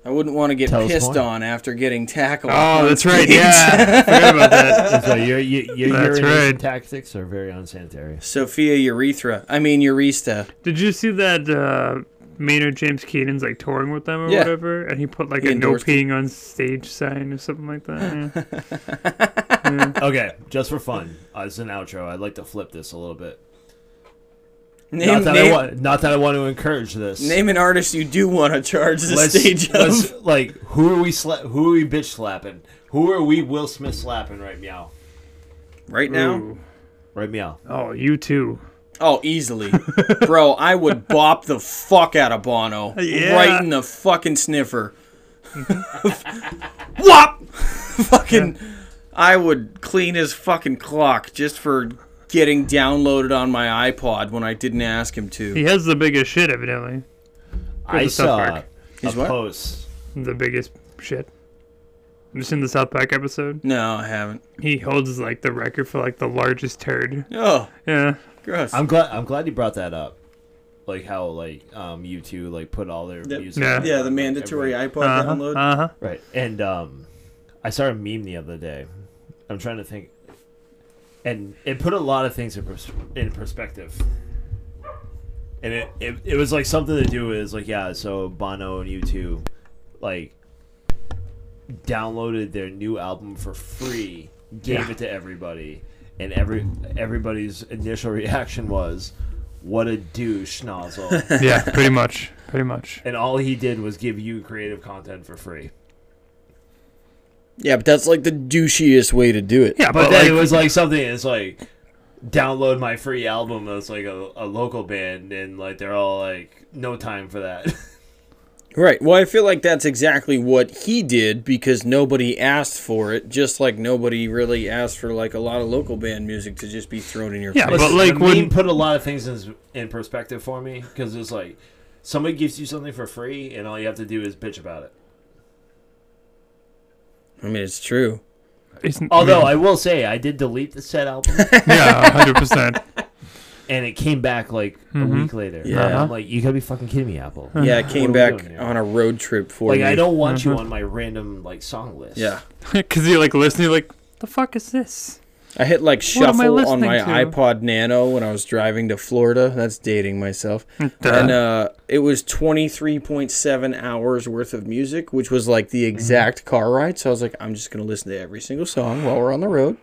C: I wouldn't want to get
D: Tell us
C: pissed
D: more.
C: on after getting tackled.
B: Oh, that's right. Yeah. Forgot about that.
D: So your your, your
B: That's
D: urination
B: right.
D: tactics are very unsanitary.
C: Sophia Urethra. I mean Eurista.
B: Did you see that uh, Maynard James Keenan's like touring with them or
C: Yeah.
B: whatever? And he put like
C: He
B: a no
C: endorsed it.
B: peeing on stage sign or something like that. Yeah.
D: Okay, just for fun, as an outro, I'd like to flip this a little bit.
C: Name
D: not that I
C: name,
D: want, not that I want to encourage this.
C: name an artist you do want to charge the stage
D: let's-
C: of.
D: like who are we sla- who are we bitch slapping? Who are we Will Smith slapping right meow?
C: Right now?
B: Ooh.
D: Right meow.
B: Oh, you too.
C: Oh, easily. Bro,
B: *laughs*
C: I would bop the fuck out of Bono.
B: Yeah.
C: Right in the fucking sniffer. *laughs* Whop! *laughs* fucking. I would clean his fucking clock just for getting downloaded on my iPod when I didn't ask him to.
B: He has the biggest shit, evidently.
D: I
B: the South
D: saw
B: Park.
D: a
C: He's what?
B: Oh.
D: post.
B: The biggest shit. Have you seen the South Park episode?
C: No, I haven't.
B: He holds like the record for like the largest turd.
C: Oh,
B: Yeah.
C: gross.
D: I'm glad I'm glad you brought that up. Like how like um you two like put all their music.
B: Yeah.
D: on,
C: yeah, the
D: like,
C: mandatory
D: every-
C: iPod
B: Uh huh.
C: download.
B: Uh huh.
D: *laughs* Right. And um I saw a meme the other day. I'm trying to think and it put a lot of things in, pers- in perspective. And it, it it was like something to do is like yeah, so Bono and U2 like downloaded their new album for free, gave it to everybody. and every everybody's initial reaction was, "What a douche nozzle!"
B: yeah, pretty much, pretty much.
D: and all he did was give you creative content for free.
C: Yeah, but that's like the douchiest way to do it.
B: Yeah,
D: But,
B: but,
D: then
B: like,
D: it was like something. It's like download my free album. It's like a, a local band, and like they're all like, "No time for *laughs* that."
C: Right. Well, I feel like that's exactly what he did because nobody asked for it, just like nobody really asked for like a lot of local band music to just be thrown in your
B: Yeah,
C: face.
B: but-
D: Listen,
B: like,
D: the
B: when-
D: meme put a lot of things in, in perspective for me because it's like somebody gives you something for free, and all you have to do is bitch about it.
C: I mean, it's true.
B: isn't-
D: Although I will say, I did delete the set album,
B: *laughs* yeah, hundred percent.
D: and it came back like a
B: Mm-hmm.
D: week later.
C: Yeah.
D: And I'm like, you gotta be fucking kidding me, Apple.
C: Yeah,
D: *sighs*
C: it
D: What are we
C: came back
D: doing here?
C: on a road trip for
D: Like
C: you.
D: I don't want
B: Mm-hmm.
D: you on my random like song list.
C: Yeah,
B: Because you like listen, you're like, the fuck is this?
C: I hit like
B: am I
C: shuffle on
B: listening
C: my
B: to?
C: iPod Nano when I was driving to Florida. That's dating myself. And uh, it was 23.7 hours worth of music, which was like
B: Mm-hmm.
C: the exact car ride. So I was like, I'm just going to listen to every single song while we're on the road.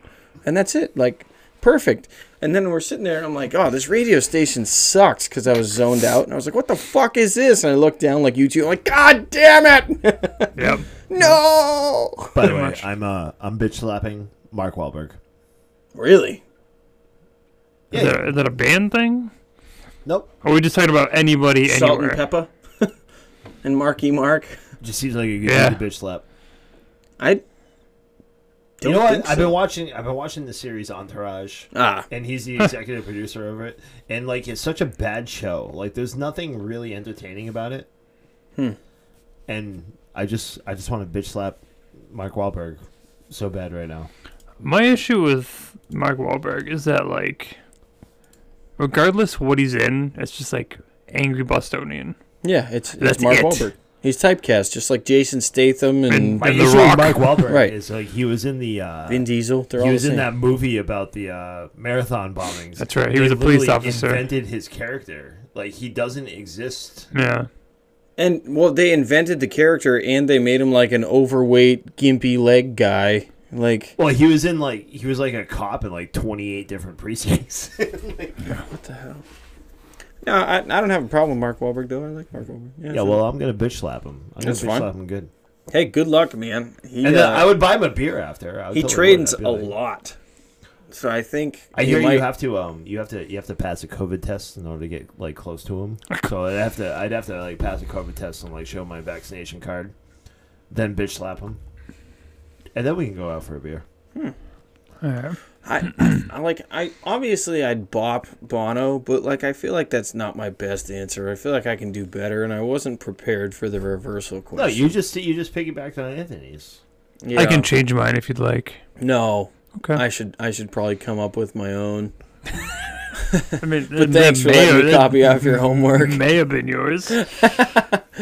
C: And that's it. Like, perfect. And then we're sitting there and I'm like, oh, this radio station sucks because I was zoned out. And I was like, what the fuck is this? And I looked down like YouTube. I'm like, God damn it. *laughs*
B: Yep.
C: no.
D: By the
B: Pretty
D: way,
B: much.
D: I'm uh I'm bitch slapping Mark Wahlberg.
C: Really?
B: Is, that, is that a band thing?
D: Nope.
B: Or are we just talking about anybody
C: Salt and
B: anywhere?
C: pepper *laughs* and Marky Mark.
D: Just seems like a good
B: Yeah.
D: dude to bitch slap.
C: I.
D: You
C: Don't
D: know what?
C: think
D: I've
C: so.
D: been watching I've been watching the series Entourage.
C: Ah,
D: and he's
C: *laughs*
D: the executive producer over it. And like, it's such a bad show. Like, there's nothing really entertaining about it.
C: Hmm.
D: And I just, I just want to bitch slap Mark Wahlberg so bad right now.
B: My issue with Mark Wahlberg is that like, regardless what he's in, it's just like angry Bostonian.
C: yeah, it's, it's
B: That's
C: Mark
B: it.
C: Wahlberg. He's typecast, just like Jason Statham
B: And-
C: and,
B: and
D: The
B: The
D: issue with
B: Rock.
D: Mark Wahlberg
C: *laughs* Right.
D: is like he was in the, uh,
C: Vin Diesel. They're
D: he
C: all
D: was
C: the
D: in
C: same.
D: that movie about the uh, marathon bombings.
B: That's right, he was a police
D: literally
B: officer.
D: Invented his character. Like he doesn't exist.
B: Yeah.
C: And well, they invented the character and they made him like an overweight, gimpy leg guy. Like
D: Well, he was in like he was like a cop in like 28 different precincts. *laughs*
C: what the hell? No, I, I don't have a problem with Mark Wahlberg though. I like Mark Wahlberg. Yeah,
D: yeah,
C: sure.
D: well, I'm gonna bitch slap him. I'm gonna
C: That's
D: bitch
C: fine.
D: slap him good.
C: hey, good luck, man. He
D: And then
C: uh,
D: I would buy him a beer after. I would
C: he
D: totally would.
C: trains
D: I'd be
C: a
D: like-
C: lot, so I think
D: I
C: he
D: hear
C: might-
D: you have to um you have to you have to pass a COVID test in order to get like close to
C: *laughs*
D: him. So I'd have to I'd have to like pass a COVID test and like show my vaccination card, then bitch slap him, and then we can go out for a beer.
B: All right. *clears throat*
C: I, I, I like I obviously I'd bop Bono, but like I feel like that's not my best answer. I feel like I can do better, and I wasn't prepared for the reversal question.
D: No, you just you just piggybacked on Anthony's.
C: Yeah.
B: I can change mine if you'd like.
C: No,
B: Okay.
C: I should I should probably come up with my own.
B: I mean,
C: But thanks for letting me copy off your homework.
B: May have been
C: *laughs*
B: yours. *laughs*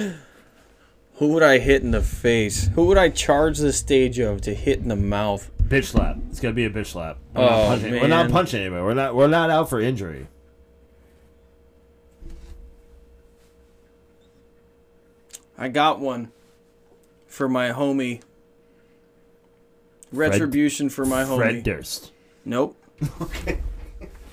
C: Who would I hit in the face? Who would I charge the stage of to hit in the mouth?
D: Bitch slap. It's gonna be a bitch slap. We're
C: Oh,
D: not punching. We're not
C: man.
D: punching anybody. We're not we're not out for injury.
C: I got one for my homie. Retribution for my homie.
D: Fred Durst.
C: Nope.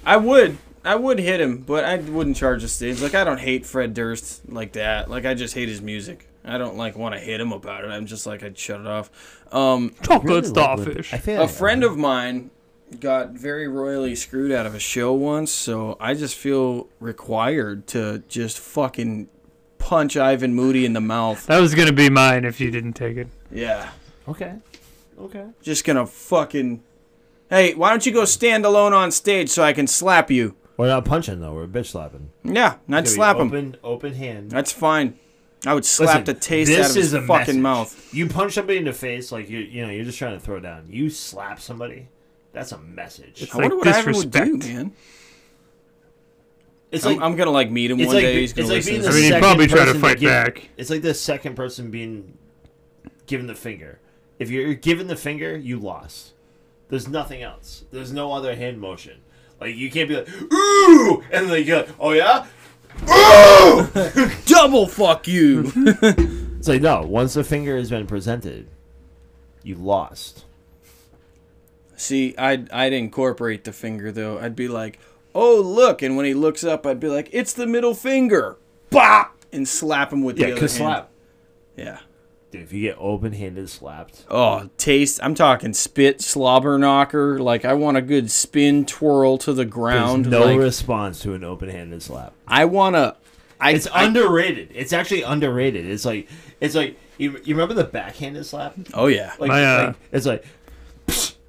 C: I would. I would hit him, but I wouldn't charge the stage. Like I don't hate Fred Durst like that. Like I just hate his music. I don't like want to hit him about it. I'm just like I'd shut it off. Um,
B: Chocolate
D: like
B: starfish.
D: I feel
C: a
D: like-
C: friend of mine got very royally screwed out of a show once, so I just feel required to just fucking punch Ivan Moody in the mouth.
B: that was gonna be mine if you didn't take it.
C: Yeah.
D: Okay. Okay.
C: Just gonna fucking Hey, why don't you go stand alone on stage so I can slap you?
D: We're not punching though. We're bitch slapping.
C: Yeah, and I'd
D: Gonna be
C: slap him.
D: Open open hand.
C: That's fine. I would slap the taste out of his fucking
D: message.
C: mouth.
D: You punch somebody in the face like you you know you're just trying to throw down. You slap somebody, that's a message. It's
C: I
D: like,
B: like
C: wonder what Ivan would do,
B: disrespect.
C: man.
D: it's
C: I'm,
D: like,
C: I'm gonna like meet him one day. He's gonna listen.
D: being
C: to
B: I
D: the
B: mean,
C: this.
B: he'd
D: second
B: probably try to
D: person
B: fight
D: give-
B: back.
D: It's like the second person being given the finger. If you're given the finger, you lost. There's nothing else. There's no other hand motion. Like you can't be like ooh and like you're like, oh yeah.
C: Double fuck you.
D: It's like no. Once the finger has been presented, you lost.
C: *laughs* See, I'd I'd incorporate the finger though. I'd be like, "Oh, look!" And when he looks up, I'd be like, "It's the middle finger!" Bop! And slap him with the other hand.
D: slap.
C: Yeah.
D: Dude, if you get open-handed slapped,
C: Oh, taste! I'm talking spit, slobber knocker. Like I want a good spin, twirl to the ground.
D: there's no
C: like,
D: response to an open-handed slap.
C: I want to. I,
D: It's
C: I-
D: underrated. It's actually underrated. It's like it's like you, you remember the backhanded slap?
C: oh yeah,
D: Like,
B: My, uh,
D: like it's like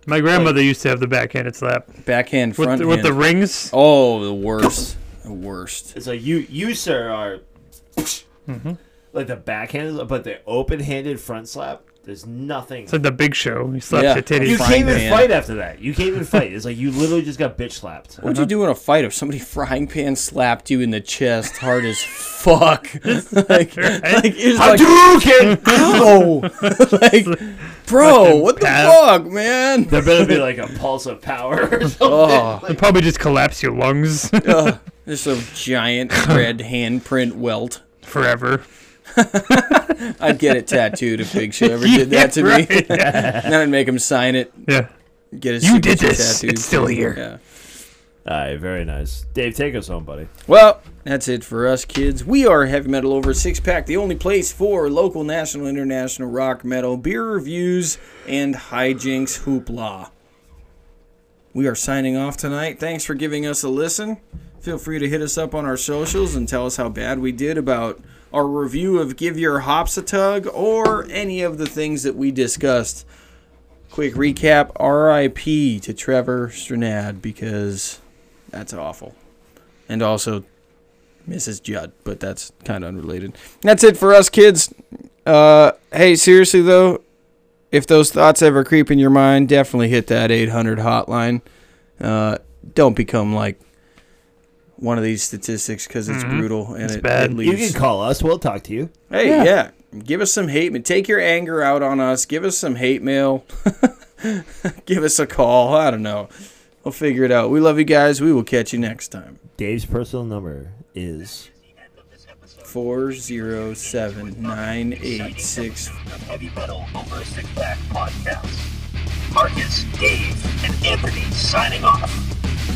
B: My grandmother used to have the backhanded slap
C: backhand,
B: with
C: front
B: the, with the
C: hand.
B: rings.
C: oh, the worst, the worst.
D: it's like you you sir are Mm-hmm. like the backhanded, slap, but the open-handed front slap. There's nothing.
B: It's like the Big Show. He slaps
C: Yeah.
B: your titties.
D: you can't even
C: pan.
D: fight after that. You can't even fight. It's like you literally just got bitch slapped.
C: What'd
B: Uh-huh.
C: you do in a fight if somebody *laughs* frying pan slapped you in the chest hard as
B: *laughs*
C: fuck? like, like, it's like, *laughs*
D: Hadouken!
B: *laughs*
C: ow! like, bro, what the
B: pat-
C: fuck, man?
D: There better be like a pulse of power *laughs* or something.
C: Oh,
B: It'd probably just collapse your lungs
C: ugh. just a giant red handprint welt.
B: forever.
C: I'd get it tattooed if Big Show
B: *laughs*
C: ever did that to me.
B: Right?
C: and then I'd make him sign it,
B: *laughs* yeah.
C: get his
B: You did
C: signature
B: this.
C: tattooed.
B: It's still here.
C: Yeah.
D: All right, very nice. Dave, take us home, buddy.
C: Well, that's it for us, kids. We are Heavy Metal Over Six Pack, the only place for local, national, international rock, metal, beer reviews, and hijinks hoopla. We are signing off tonight. Thanks for giving us a listen. Feel free to hit us up on our socials and tell us how bad we did about our review of Give Your Hops a Tug or any of the things that we discussed. Quick recap RIP to Trevor Stranad because that's awful and also Mrs. Judd, but that's kind of unrelated. That's it for us kids. Uh, hey, seriously though, if those thoughts ever creep in your mind, definitely hit that 800 hotline. Uh, don't become like one of these statistics because it's brutal and it,
B: bad.
C: it
B: You
D: You
C: leaves.
D: can call us. We'll talk to you.
C: hey, yeah. give us some hate mail. Take your anger out on us. Give us some hate mail. *laughs* give us a call. I don't know. We'll figure it out. We love you guys. We will catch you next time.
D: Dave's personal number is.
C: four zero seven nine eight six
F: Heavy Metal Over a Six Pack podcast. Marcus, Dave, and Anthony signing off.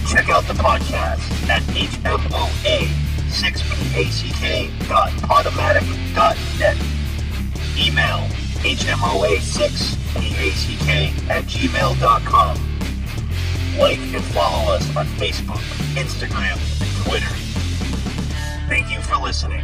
F: Check out the podcast at hmoa6pack.podomatic.net. Email hmoa6pack at gmail.com. Like and follow us on Facebook, Instagram, and Twitter. Thank you for listening.